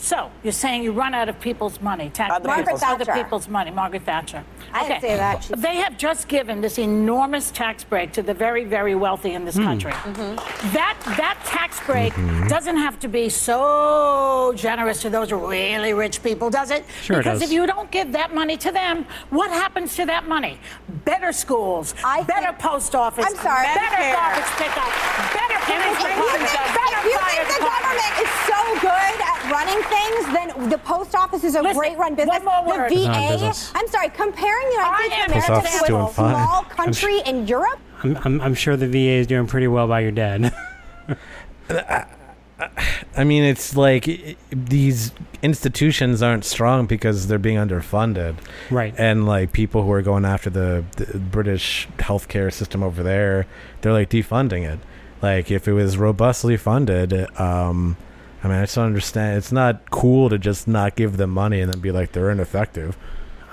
N: So you're saying you run out of people's money, tax
M: Other
N: money,
M: people's.
N: other
M: Margaret
N: people's money, Margaret Thatcher.
M: I didn't say that. She-
N: They have just given this enormous tax break to the very, very wealthy in this
M: Hmm. Mm-hmm.
N: country. That that tax break doesn't have to be so generous to those really rich people, does it?
M: Sure it
N: because
M: does.
N: if you don't give that money to them, what happens to that money? Better schools, better post office,
M: I'm sorry.
N: better
M: Medicare.
N: garbage pickup, better
M: If you
N: police
M: think,
N: department,
M: if you think the government is so good at running things, then the post office is a great run business.
N: word.
M: The
C: It's not a
M: VA.
C: business.
M: I'm sorry. Comparing the United States of
C: Post
M: America
C: office is
M: to
C: doing
M: a small
C: fine.
M: country in Europe.
C: I'm, I'm, I'm sure the VA is doing pretty well by your dad.
A: I mean, it's like i- these institutions aren't strong because they're being underfunded,
C: Right.
A: And like people who are going after the, the British healthcare system over there, they're like defunding it. Like if it was robustly funded, um, I mean, I just don't understand. It's not cool to just not give them money and then be like they're ineffective.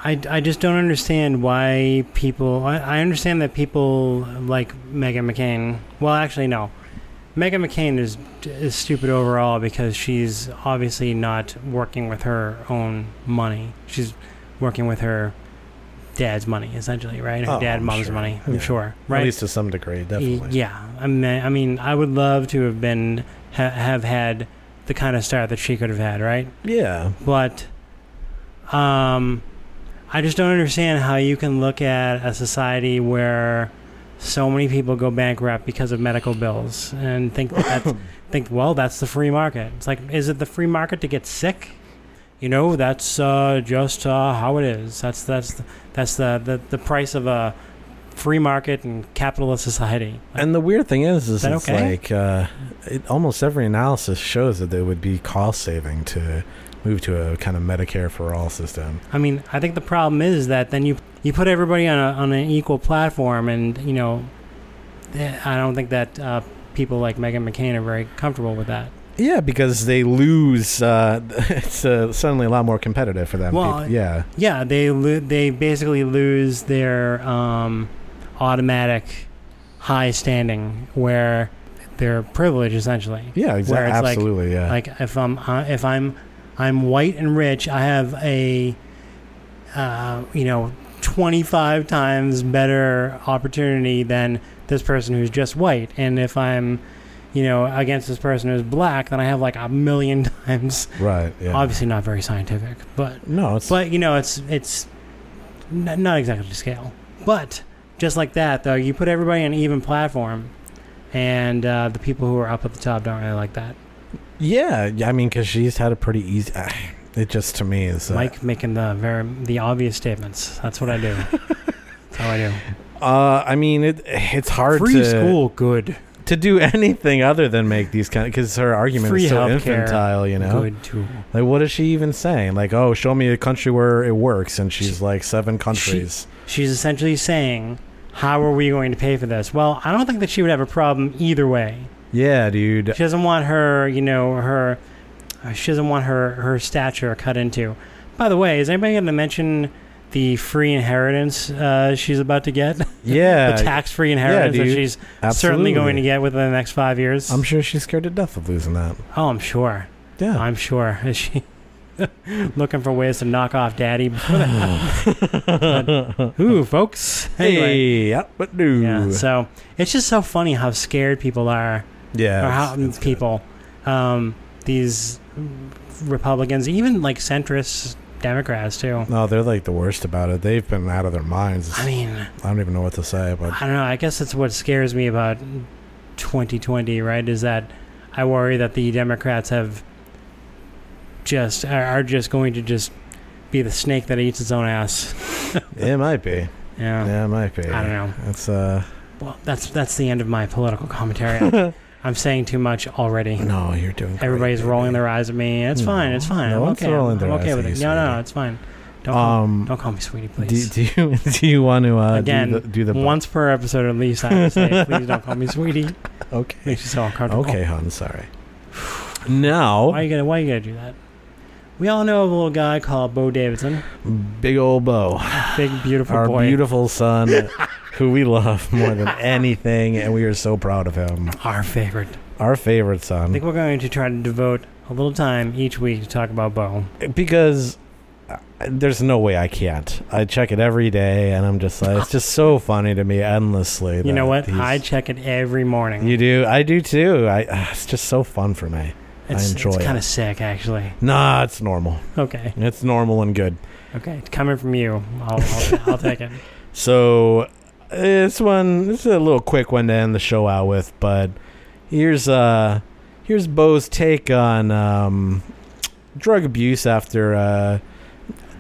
C: I, I just don't understand why people. I, I understand that people like Megan McCain. Well, actually, no. Megan McCain is is stupid overall because she's obviously not working with her own money. She's working with her dad's money, essentially, right? Her
A: Oh,
C: dad,
A: I'm
C: mom's
A: sure.
C: money. I'm
A: Yeah.
C: sure, right?
A: At least to some degree,
C: Y-
A: definitely.
C: Yeah, I mean, I mean, I would love to have been ha- have had the kind of start that she could have had, right?
A: Yeah.
C: But, um, I just don't understand how you can look at a society where so many people go bankrupt because of medical bills and think that that's, think well that's the free market. It's like, is it the free market to get sick? You know, that's uh, just uh, how it is. That's that's the, that's the, the the price of a free market and capitalist society.
A: And the weird thing is, is
C: that
A: it's
C: okay?
A: like uh, it, almost every analysis shows that it would be cost saving to move to a kind of Medicare for all system.
C: I mean, I think the problem is that then you you put everybody on a, on an equal platform, and you know, eh, I don't think that uh, people like Megan McCain are very comfortable with that.
A: Yeah, because they lose. Uh, it's uh, suddenly a lot more competitive for them.
C: Well,
A: peop- yeah,
C: Yeah, they lo- they basically lose their um, automatic high standing where their privilege essentially.
A: Yeah, exa-
C: Where it's like-
A: absolutely, yeah.
C: Like if I'm uh, if I'm I'm white and rich, I have a uh, you know 25 times better opportunity than this person who's just white. And if I'm you know against this person who's black, then I have like a million times
A: right. Yeah.
C: obviously not very scientific, but
A: no, it's
C: but you know it's it's n- not exactly to scale. But just like that, though, you put everybody on an even platform, and uh, the people who are up at the top don't really like that.
A: yeah, yeah, I mean, because she's had a pretty easy. it just to me is uh,
C: Mike making the very the obvious statements. That's what I do. That's how I do.
A: Uh, I mean, it it's hard
C: Free
A: to
C: school good
A: to do anything other than make these kind because her argument
C: Free
A: is so
C: healthcare,
A: infantile. You know,
C: good too.
A: Like, what is she even saying? Like, oh, show me a country where it works, and she's like seven countries.
C: She's essentially saying, "How are we going to pay for this?" Well, I don't think that she would have a problem either way.
A: yeah, dude.
C: She doesn't want her, you know, her. uh, She doesn't want her her stature cut into. By the way, is anybody going to mention the free inheritance uh, she's about to get?
A: Yeah.
C: the tax free inheritance
A: Yeah,
C: that
A: dude.
C: she's certainly going
A: Absolutely.
C: to get within the next five years.
A: I'm sure she's scared to death of losing that.
C: oh, I'm sure.
A: Yeah,
C: I'm sure. Is she looking for ways to knock off daddy? Ooh, folks. Anyway.
A: Hey, yeah, but do.
C: Yeah, so it's just so funny how scared people are.
A: Yeah,
C: Or how people, um, these Republicans, even like centrists, Democrats too.
A: No, they're like the worst about it. They've been out of their minds.
C: I mean,
A: I don't even know what to say, but
C: I don't know. I guess that's what scares me about 2020, right? Is that I worry that the Democrats have just are- are just going to just be the snake that eats its own ass.
A: it might be.
C: Yeah.
A: Yeah, it might be.
C: I don't know.
A: That's uh.
C: Well, that's that's the end of my political commentary. I'm, I'm saying too much already.
A: No, you're doing.
C: Everybody's rolling their eyes at me. It's fine. It's fine.
A: No
C: I'm
A: one's
C: okay. I'm-
A: rolling their
C: I'm okay
A: eyes
C: with
A: at
C: it.
A: you,
C: No, no, no, it's fine. Don't call,
A: Um,
C: don't call me sweetie,
A: Do,
C: please.
A: do you do you want to uh,
C: Again,
A: do the, do the
C: once per episode at least. I have to say, please don't call me sweetie.
A: Okay.
C: Makes you so uncomfortable.
A: Okay, hon. Sorry. Now,
C: Why you gonna Why you gonna do that? We all know of a little guy called Bo Davidson.
A: big old Bo,
C: big beautiful
A: our
C: boy.
A: beautiful son, who we love more than anything, and we are so proud of him.
C: Our favorite.
A: Our favorite
C: I
A: son,
C: think we're going to try to devote a little time each week to talk about Bo.
A: because uh, there's no way I can't. I check it every day, and I'm just like, it's just so funny to me, endlessly.
C: You know
A: that
C: what?
A: he's-
C: I check it every morning.
A: You do. I do too. I. ah, It's just so fun for me.
C: It's,
A: I enjoy
C: it's kind of
A: it.
C: sick, actually.
A: Nah, it's normal.
C: Okay.
A: It's normal and good.
C: Okay, it's coming from you. I'll, I'll, I'll take it.
A: So this one, this is a little quick one to end the show out with, but here's uh here's Bo's take on um, drug abuse after uh,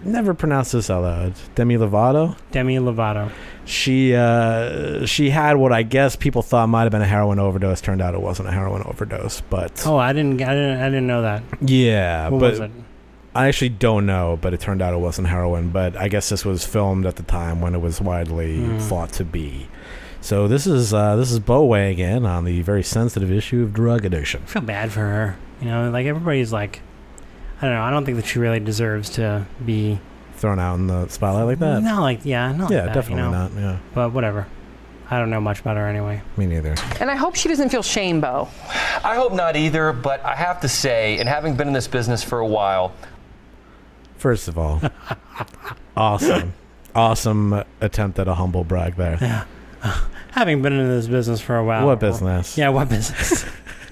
A: never pronounce this out loud. Demi Lovato.
C: Demi Lovato.
A: She uh, she had what I guess people thought might have been a heroin overdose. Turned out it wasn't a heroin overdose, but
C: Oh, I didn't, I didn't, I didn't know that.
A: yeah,
C: What
A: but
C: was it?
A: I actually don't know, but it turned out it wasn't heroin. But I guess this was filmed at the time when it was widely
C: Hmm.
A: thought to be. So this is uh, this is Bo Way again on the very sensitive issue of drug addiction.
C: I feel bad for her. You know, like everybody's like, I don't know. I don't think that she really deserves to be.
A: Thrown out in the spotlight like that?
C: Not like yeah, not
A: yeah,
C: like that,
A: definitely
C: you know?
A: not. Yeah,
C: But whatever. I don't know much about her anyway.
A: me neither.
O: And I hope she doesn't feel shame, Bo.
P: I hope not either, but I have to say, and having been in this business for a while,
A: First of all, awesome, awesome attempt at a humble brag there.
C: Yeah. Having been in this business for a while.
A: What business?
C: Yeah, what business?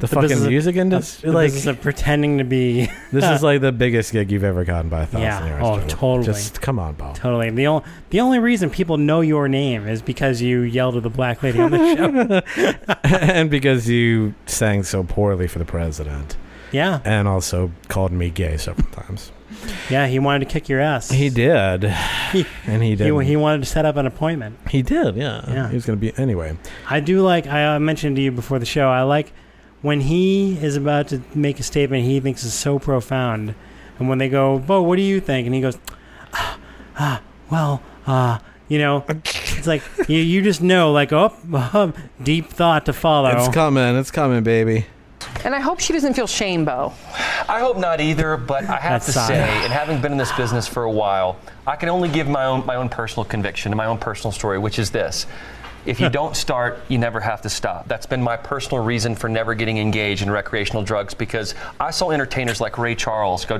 A: The, fucking
C: business of-
A: music
C: The,
A: industry.
C: the
A: Like
C: business of pretending to be.
A: this is like the biggest gig you've ever gotten by a thousand
C: Yeah.
A: yards.
C: Oh,
A: Jordan.
C: totally.
A: Just come on, Bo.
C: Totally. The only the only reason people know your name is because you yelled at the black lady on the show.
A: and because you sang so poorly for the president.
C: Yeah.
A: And also called me gay several times.
C: yeah, he wanted to kick your ass.
A: He did. and he did.
C: He, he wanted to set up an appointment.
A: He did, yeah.
C: Yeah.
A: He was going to be. Anyway.
C: I do like. I uh, mentioned to you before the show. I like when he is about to make a statement he thinks is so profound, and when they go, "Bo, what do you think?" and he goes, "Ah, ah, well, uh, you know." It's like you, you just know, like, oh, deep thought to follow.
A: It's coming. It's coming, baby.
O: And I hope she doesn't feel shame, Bo.
P: I hope not either, but I have
O: That's
P: to
O: sad.
P: say, and having been in this business for a while, I can only give my own my own personal conviction and my own personal story, which is this. If you don't start, you never have to stop. That's been my personal reason for never getting engaged in recreational drugs because I saw entertainers like Ray Charles go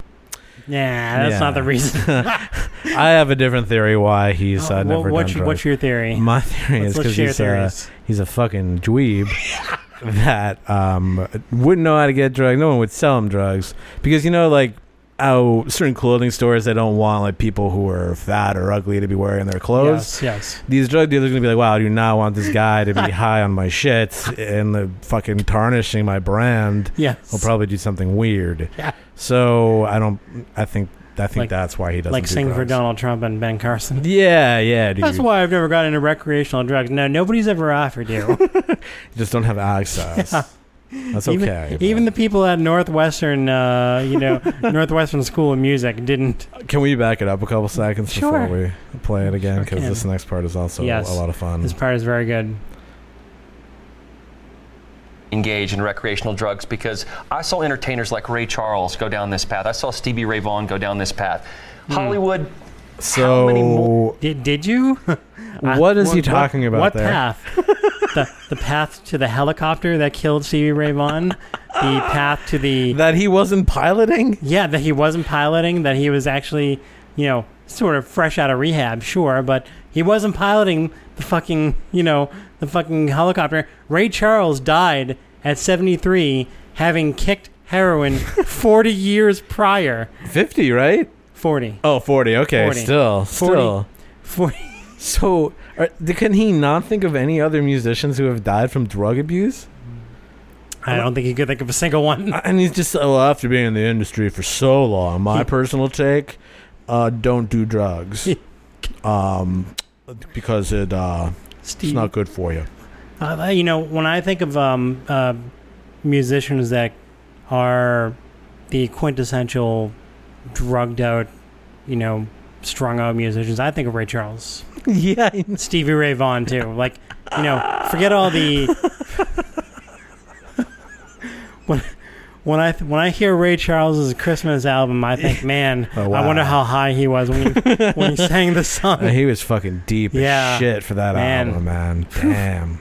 C: Yeah, that's
A: Yeah.
C: not the reason.
A: I have a different theory why he's uh,
C: Oh, Wha-
A: never done
C: what's, your-
A: drugs.
C: what's your theory?
A: My theory
C: Let's-
A: is
C: let's
A: because
C: share
A: he's, uh,
C: theories.
A: he's a fucking dweeb that um, wouldn't know how to get drugs. No one would sell him drugs because you know, like how certain clothing stores they don't want like people who are fat or ugly to be wearing their clothes.
C: Yes, yes.
A: These drug dealers are gonna be like, "Wow, I do not want this guy to be high on my shit and the fucking tarnishing my brand."
C: Yes.
A: he'll probably do something weird.
C: Yeah.
A: So I don't. I think. I think
C: Like-
A: that's why he doesn't
C: like
A: do
C: sing for
A: drugs.
C: Donald Trump and Ben Carson.
A: Yeah, yeah. dude.
C: That's why I've never got into recreational drugs. No, nobody's ever offered you.
A: You just don't have access. That's okay.
C: Even- Even, the people at Northwestern, uh, you know, Northwestern School of Music didn't.
A: Can we back it up a couple seconds
C: Sure.
A: before we play it again? Because
C: can.
A: this next part is also
C: Yes.
A: a lot of fun.
C: This part is very good.
P: engage in recreational drugs because I saw entertainers like Ray Charles go down this path. I saw Stevie Ray Vaughan go down this path. Hollywood.
A: So,
C: did, did you?
A: What is
C: Uh,
A: he
C: wh- wh-
A: talking about
C: What
A: there?
C: path? the, the path to the helicopter that killed Stevie Ray Vaughan. The path to the
A: that he wasn't piloting.
C: Yeah, that he wasn't piloting. That he was actually, you know, sort of fresh out of rehab, sure, but he wasn't piloting the fucking, you know, the fucking helicopter. Ray Charles died at 73, having kicked heroin 40 years prior.
A: 50, right?
C: 40.
A: Oh, 40. Okay,
C: 40.
A: still,
C: 40.
A: still.
C: 40.
A: So, are, th- can he not think of any other musicians who have died from drug abuse?
C: I don't think he could think of a single one.
A: And he's just, oh, after being in the industry for so long, my personal take, uh, don't do drugs. um, because it, uh, it's
C: Steve.
A: not good for you.
C: Uh, you know, when I think of um, uh, musicians that are the quintessential drugged out, you know, strung out musicians, I think of Ray Charles.
A: yeah.
C: Stevie Ray Vaughan, too. Like, you know, forget all the. when, when I when I hear Ray Charles's Christmas album, I think, man,
A: Oh, wow.
C: I wonder how high he was when he, when he sang the song.
A: Uh, he was fucking deep
C: Yeah.
A: as shit for that
C: Man.
A: album, man. Damn.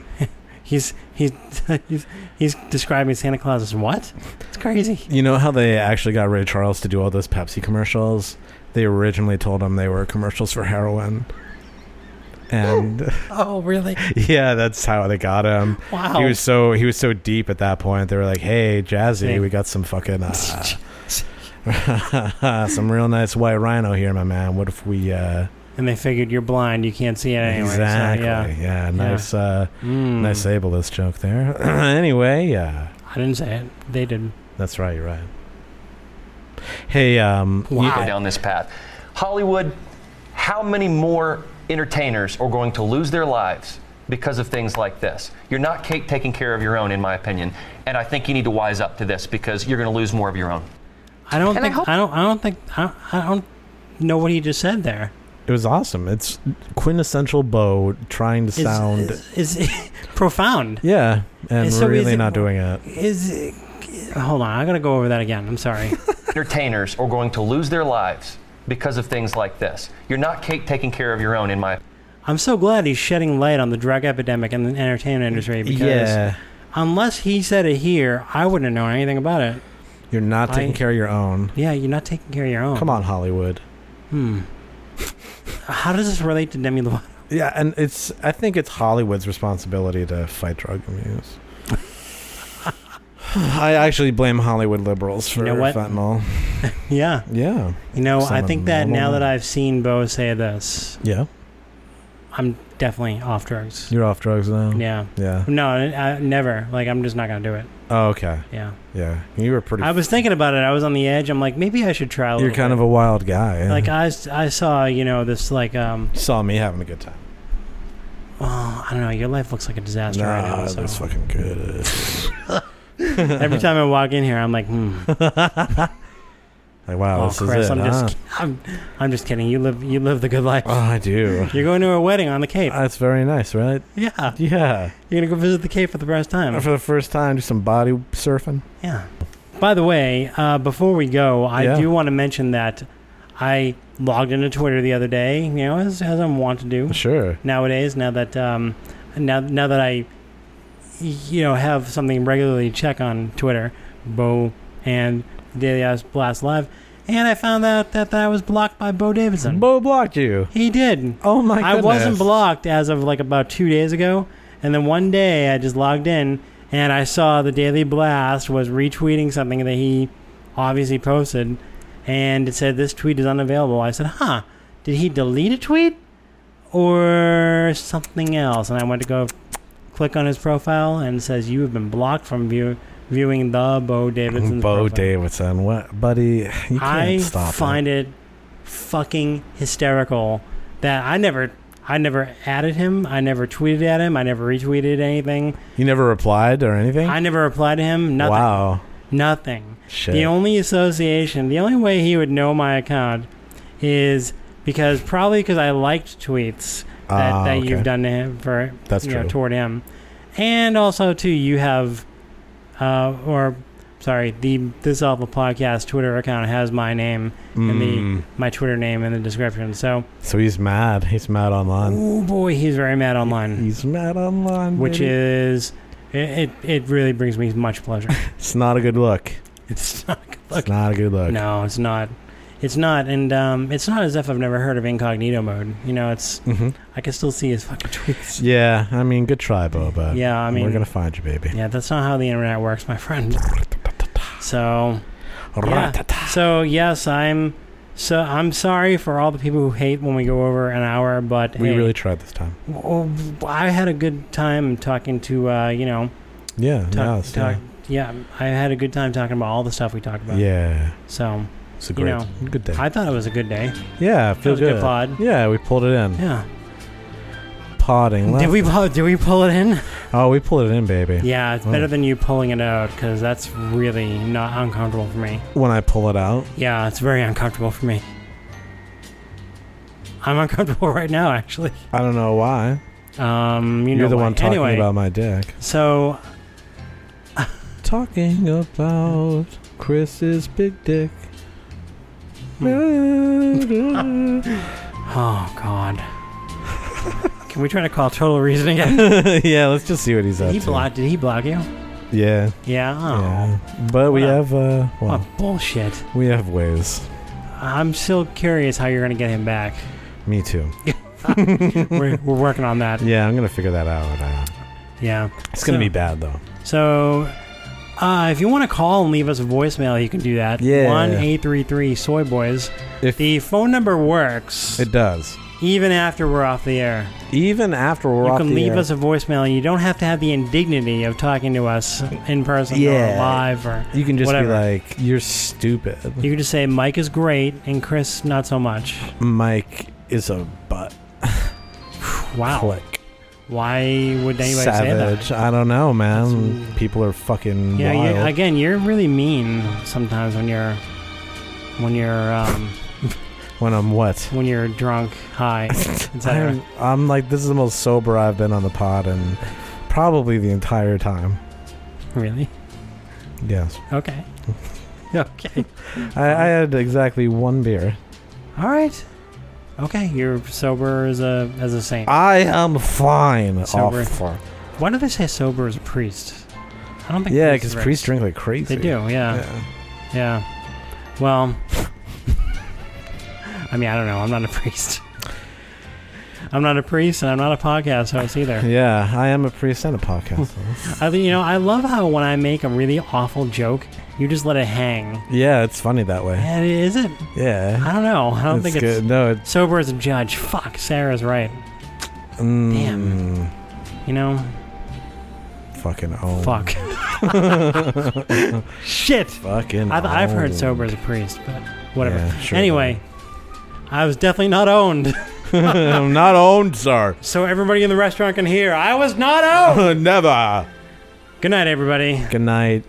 C: He's he's he's he's describing Santa Claus as what? It's crazy.
A: You know how they actually got Ray Charles to do all those Pepsi commercials? They originally told him they were commercials for heroin. And
C: Oh, really?
A: yeah, that's how they got him.
C: Wow.
A: He was so he was so deep at that point. They were like, "Hey, Jazzy,
C: Hey.
A: we got some fucking uh, some real nice white rhino here, my man. What if we uh
C: And they figured you're blind, you can't see it anyway. so,
A: Exactly.
C: yeah. Mm.
A: yeah. nice uh nice ableist joke there. anyway, yeah.
C: I didn't say it. They did.
A: That's right, you're right. Hey, um you-
P: Go down this path. Hollywood, how many more entertainers are going to lose their lives because of things like this? You're not ca- taking care of your own, in my opinion, and I think you need to wise up to this because you're going to lose more of your own.
C: I don't
P: And I
C: think I,
P: hope-
C: don't I don't think I don't, I don't know what he just said there.
A: It was awesome. It's quintessential Bo trying to
C: Is-
A: sound
C: is, is profound.
A: yeah, and
C: is- so is
A: really
C: it-
A: not doing it.
C: Is hold on, I gotta go over that again. I'm sorry.
P: entertainers are going to lose their lives because of things like this. You're not ca- taking care of your own, in my
C: I'm so glad he's shedding light on the drug epidemic in the entertainment industry because
A: Yeah.
C: unless he said it here, I wouldn't have known anything about it.
A: You're not taking
C: I-
A: care of your own.
C: Yeah, you're not taking care of your own.
A: Come on, Hollywood.
C: Hmm. How does this relate to Demi Lovato?
A: Yeah, and it's I think it's Hollywood's responsibility to fight drug abuse. I actually blame Hollywood liberals for
C: know what?
A: fentanyl.
C: Yeah.
A: Yeah.
C: You know, I
A: Some
C: think that now
A: normal-
C: that I've seen Bo say this,
A: Yeah.
C: I'm definitely off drugs.
A: You're off drugs now.
C: Yeah.
A: Yeah.
C: No, I, I- never. Like, I'm just not going to do it.
A: Oh, okay.
C: Yeah.
A: Yeah. You were pretty.
C: I was thinking about it. I was on the edge. I'm like, maybe I should try a little
A: you're kind of a wild guy. yeah.
C: Like, I, s- I saw, you know, this, like, um,
A: saw me having a good time.
C: oh, I don't know, your life looks like a disaster right
A: Nah,
C: now. so.
A: that's fucking good.
C: Every time I walk in here, I'm like, hmm.
A: Like, wow,
C: oh,
A: this
C: Chris,
A: is it.
C: I'm
A: huh?
C: just, I'm, I'm just kidding. You live, you live the good life.
A: Oh, I do.
C: You're going to a wedding on the Cape.
A: That's very nice, right?
C: yeah.
A: Yeah.
C: You're gonna go visit the Cape for the first time.
A: For the first time, do some body surfing.
C: Yeah. By the way, uh, before we go, I
A: Yeah.
C: do want to mention that I logged into Twitter the other day. You know, as, as I'm wont to do
A: Sure.
C: nowadays. Now that um, now now that I, you know, have something regularly to check on Twitter, Bo and Daily Ass Blast Live, and I found out that, that I was blocked by Bo Davidson.
A: Bo blocked you.
C: He did.
A: Oh my
C: I wasn't
A: goodness.
C: blocked as of like about two days ago, and then one day I just logged in and I saw the Daily Blast was retweeting something that he obviously posted, and it said this tweet is unavailable. I said, "Huh? Did he delete a tweet or something else?" And I went to go click on his profile and it says, "You have been blocked from view- viewing the Bo Davidson."
A: Bo Davidson, what, buddy? You can't
C: I
A: stop
C: find it. fucking hysterical that I never I never added him, I never tweeted at him, I never retweeted anything.
A: You never replied or anything.
C: I never replied to him, nothing.
A: Wow.
C: Nothing.
A: Shit.
C: The only association, the only way he would know my account is because probably because I liked tweets that,
A: Ah,
C: that
A: okay.
C: you've done to him for
A: That's
C: you know,
A: true.
C: toward him, and also too you have, uh, or sorry, the this awful podcast Twitter account has my name and
A: Mm.
C: the my Twitter name in the description. So
A: So he's mad. He's mad online.
C: oh boy, he's very mad online.
A: He's mad online,
C: which
A: baby.
C: is it, it. It really brings me much pleasure.
A: It's not a good look.
C: it's not a good
A: It's not a good look.
C: No, it's not. It's not, and um, it's not as if I've never heard of incognito mode. You know, it's
A: Mhm.
C: I can still see his fucking tweets.
A: Yeah, I mean, good try, Bo, but
C: Yeah, I mean-
A: we're gonna find you, baby.
C: Yeah, that's not how the internet works, my friend. So, yeah. so yes, I'm So I'm sorry for all the people who hate when we go over an hour, but
A: We
C: hey,
A: really tried this time.
C: well, I had a good time talking to uh, you know.
A: Yeah,
C: talk-
A: yes,
C: talk- yeah. I had a good time talking about all the stuff we talked about.
A: Yeah.
C: So
A: It's a
C: you
A: great,
C: know,
A: good day.
C: I thought it was a good day.
A: yeah, feel
C: was a good
A: good.
C: pod.
A: Yeah, we pulled it in.
C: Yeah.
A: Podding.
C: Did we pull? Did we pull it in?
A: Oh, we pulled it in, baby.
C: Yeah, it's
A: Oh.
C: better than you pulling it out because that's really not uncomfortable for me.
A: When I pull it out,
C: Yeah, it's very uncomfortable for me. I'm uncomfortable right now, actually.
A: I don't know why.
C: Um, you
A: You're
C: know
A: the
C: why.
A: one talking
C: Anyway,
A: about my dick.
C: So,
A: Talking about Chris's big dick.
C: oh God, can we try to call Total Reason again?
A: yeah, let's just see what he's up
C: he
A: to.
C: blocked. Did he block you?
A: Yeah.
C: Yeah.
A: Yeah.
C: Oh,
A: But we have uh well,
C: What bullshit.
A: we have ways.
C: I'm still curious how you're gonna get him back.
A: Me too.
C: we're, we're working on that.
A: Yeah, I'm gonna figure that out. Uh,
C: Yeah.
A: it's gonna
C: So-
A: be bad though.
C: So, uh, if you want to call and leave us a voicemail, you can do that.
A: Yeah.
C: One eight three three soy boys.
A: If
C: the phone number works,
A: It does.
C: even after we're off the air,
A: Even after we're
C: you
A: off
C: can
A: the
C: leave
A: air-
C: us a voicemail. and You don't have to have the indignity of talking to us in person
A: Yeah.
C: or live or
A: You can just
C: whatever.
A: be like, "You're stupid."
C: you can just say Mike is great and Chris not so much.
A: Mike is a butt.
C: Wow.
A: Click.
C: Why would anybody say that?
A: Savage. I don't know, man. People are fucking
C: Yeah,
A: wild.
C: you, again, you're really mean sometimes when you're when you're um,
A: when I'm what?
C: when you're drunk, high, etc.
A: I'm, I'm like, this is the most sober I've been on the pod, and probably the entire time.
C: Really?
A: Yes.
C: Okay. okay.
A: I, I had exactly one beer.
C: All right. Okay, you're sober as a as a saint.
A: I am fine. Oh,
C: Sober.
A: Awful.
C: Why do they say sober as a priest? I don't think.
A: Yeah,
C: priest is
A: because
C: right.
A: priests drink like crazy.
C: They do. Yeah. Yeah. Well, I mean, I don't know. I'm not a priest. I'm not a priest, and I'm not a podcast host either.
A: Yeah, I am a priest and a podcast.
C: I think you know, I love how when I make a really awful joke, you just let it hang.
A: yeah, it's funny that way.
C: And is it?
A: Yeah.
C: I don't know. I don't
A: It's
C: think it's
A: good. No, it-
C: sober as a judge. Fuck, Sarah's right.
A: Mm. Damn.
C: You know,
A: Fucking own.
C: fuck. Shit.
A: Fucking
C: I've, I've heard
A: owned.
C: sober as a priest, but whatever.
A: Yeah, sure.
C: anyway, I was definitely not owned.
A: I'm not owned, sir.
C: so everybody in the restaurant can hear. I was not owned.
A: Never.
C: Good night, everybody.
A: Good night.